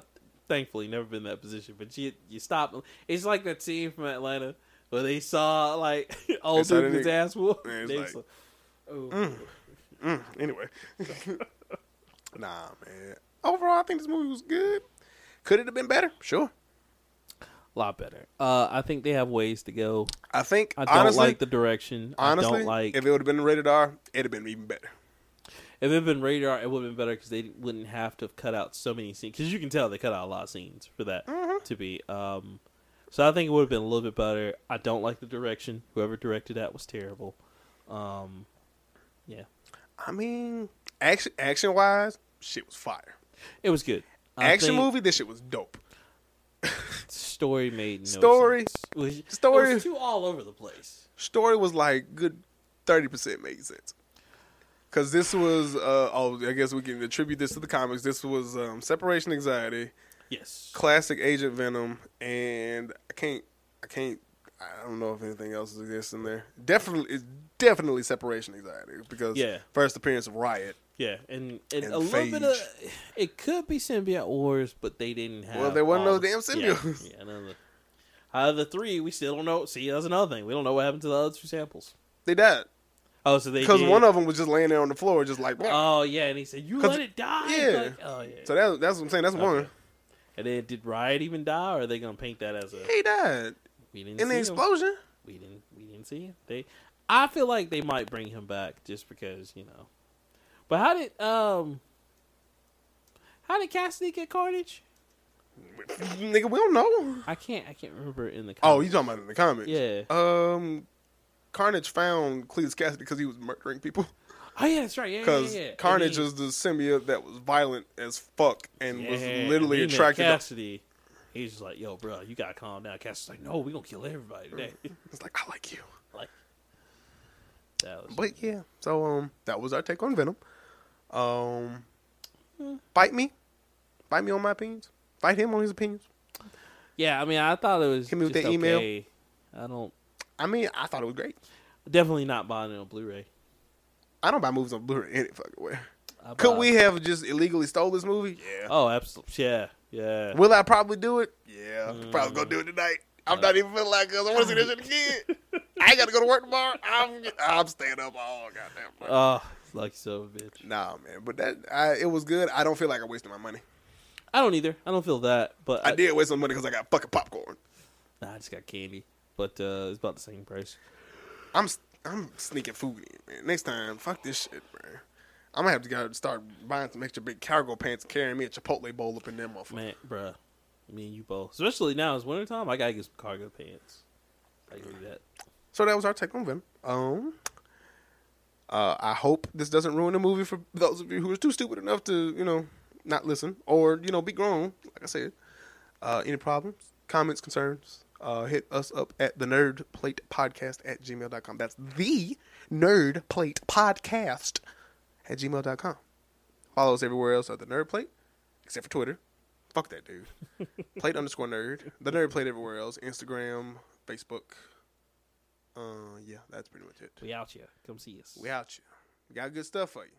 S2: thankfully, never been in that position. But you, you stop. him. It's like that scene from Atlanta where they saw like (laughs) old
S1: They saw
S2: dude
S1: that
S2: get his
S1: nigga-
S2: ass whooped.
S1: Yeah, it's
S2: They
S1: like-
S2: was like, oh.
S1: Mm, anyway. (laughs) nah, man. Overall, I think this movie was good. Could it have been better? Sure.
S2: A lot better. Uh, I think they have ways to go.
S1: I think
S2: I don't
S1: honestly,
S2: like the direction. I
S1: honestly,
S2: don't like
S1: if it would have been rated R, it'd have been even better.
S2: If it had been rated R, it would have been better because they wouldn't have to have cut out so many scenes. Because you can tell they cut out a lot of scenes for that
S1: Mm-hmm.
S2: to be. Um, so I think it would have been a little bit better. I don't like the direction. Whoever directed that was terrible. Um, yeah,
S1: I mean, action action wise, shit was fire.
S2: it was good. I
S1: action
S2: think
S1: movie, this shit was dope.
S2: story made no
S1: Story-
S2: sense. It was- it
S1: story-
S2: was too all over the place.
S1: Story was like good thirty percent made sense. Cause this was uh, oh I guess we can attribute this to the comics. This was um, separation anxiety,
S2: Yes,
S1: classic Agent Venom, and I can't, I can't, I don't know if anything else exists in there. Definitely, it's definitely separation anxiety because
S2: Yeah.
S1: first appearance of Riot.
S2: yeah, and, and,
S1: And
S2: a little bit
S1: Phage.
S2: of it could be symbiote wars, but they didn't have.
S1: Well, there wasn't
S2: all
S1: no
S2: the-
S1: damn symbiotes.
S2: (laughs) Yeah, yeah none of the- out of the three, we still don't know. See, that's another thing. We don't know what happened to the other two samples.
S1: They died
S2: Oh, so they
S1: because
S2: did-
S1: one of them was just laying there on the floor, just like "Wah."
S2: Oh yeah, and he said you
S1: 'Cause-
S2: let it die.
S1: yeah.
S2: Like, oh yeah.
S1: so. That, that's what I'm saying. That's one.
S2: Okay. and then did Riot even die, or are they gonna paint that as a
S1: He died
S2: we didn't
S1: in
S2: see
S1: the
S2: him?
S1: explosion.
S2: We didn't we didn't see him. They, I feel like they might bring him back just because you know. But how did um, how did Cassidy get Carnage?
S1: Nigga, we don't know.
S2: I can't I can't remember in the
S1: Oh, you
S2: comics.
S1: talking about in the comics?
S2: yeah
S1: Um, Carnage found Cletus Cassidy because he was murdering people.
S2: oh yeah that's right yeah yeah,
S1: Because
S2: yeah And
S1: Carnage
S2: he-
S1: is the symbiote that was violent as fuck and was
S2: Yeah, and
S1: literally
S2: he met
S1: attracted to
S2: Cassidy. He's just like, yo, bro, you gotta calm down. Cassidy's like, no, we gonna kill everybody today. (laughs)
S1: It's like I like you,
S2: like, that was
S1: but yeah. So um, that was our take on Venom. Um, fight me, fight me on my opinions. Fight him on his opinions.
S2: Yeah, I mean, I thought it was.
S1: Hit me with
S2: just
S1: that email.
S2: okay. I don't.
S1: I mean, I thought it was great.
S2: Definitely not buying it on Blu-ray.
S1: I don't buy movies on Blu-ray any fucking way.
S2: I
S1: Could
S2: buy-
S1: we have just illegally stole this movie? Yeah.
S2: Oh, absolutely. Yeah, yeah.
S1: Will I probably do it? Uh, Yeah. Probably gonna do it tonight. I'm not even feeling like it 'cause I want to see this shit (laughs) again. I ain't gotta go to work tomorrow. I'm I'm staying up all goddamn. Morning.
S2: Oh, lucky son of a bitch.
S1: Nah, man, but that I, it was good. I don't feel like I wasted my money.
S2: I don't either. I don't feel that, but
S1: I did waste some money because I got fucking popcorn.
S2: Nah, I just got candy, but uh, it's about the same price.
S1: I'm I'm sneaking food in, man. Next time, fuck this shit, man. I'm gonna have to gotta start buying some extra big cargo pants and carrying me a Chipotle bowl up in there, motherfucker.
S2: Man, bruh, me and you both. Especially now it's wintertime. I gotta get some cargo pants. I can do that.
S1: So that was our take on Venom. Um, uh, I hope this doesn't ruin the movie for those of you who are too stupid enough to, you know, not listen or you know be grown. Like I said, uh, any problems, comments, concerns, uh, hit us up at the Nerd Plate Podcast at gmail.com. That's the Nerd Plate Podcast at gmail.com. Follow us everywhere else at the Nerd Plate, except for Twitter. Fuck that dude. plate underscore nerd. The nerd plate everywhere else. Instagram, Facebook, uh, yeah, that's pretty much it.
S2: We out here. Come see us.
S1: We out you. We got good stuff for you.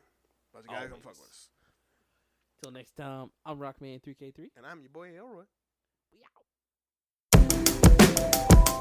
S1: But you gotta come
S2: Always.
S1: fuck with us.
S2: Till next time. I'm Rockman3k3.
S1: And I'm your boy Elroy.
S2: We out.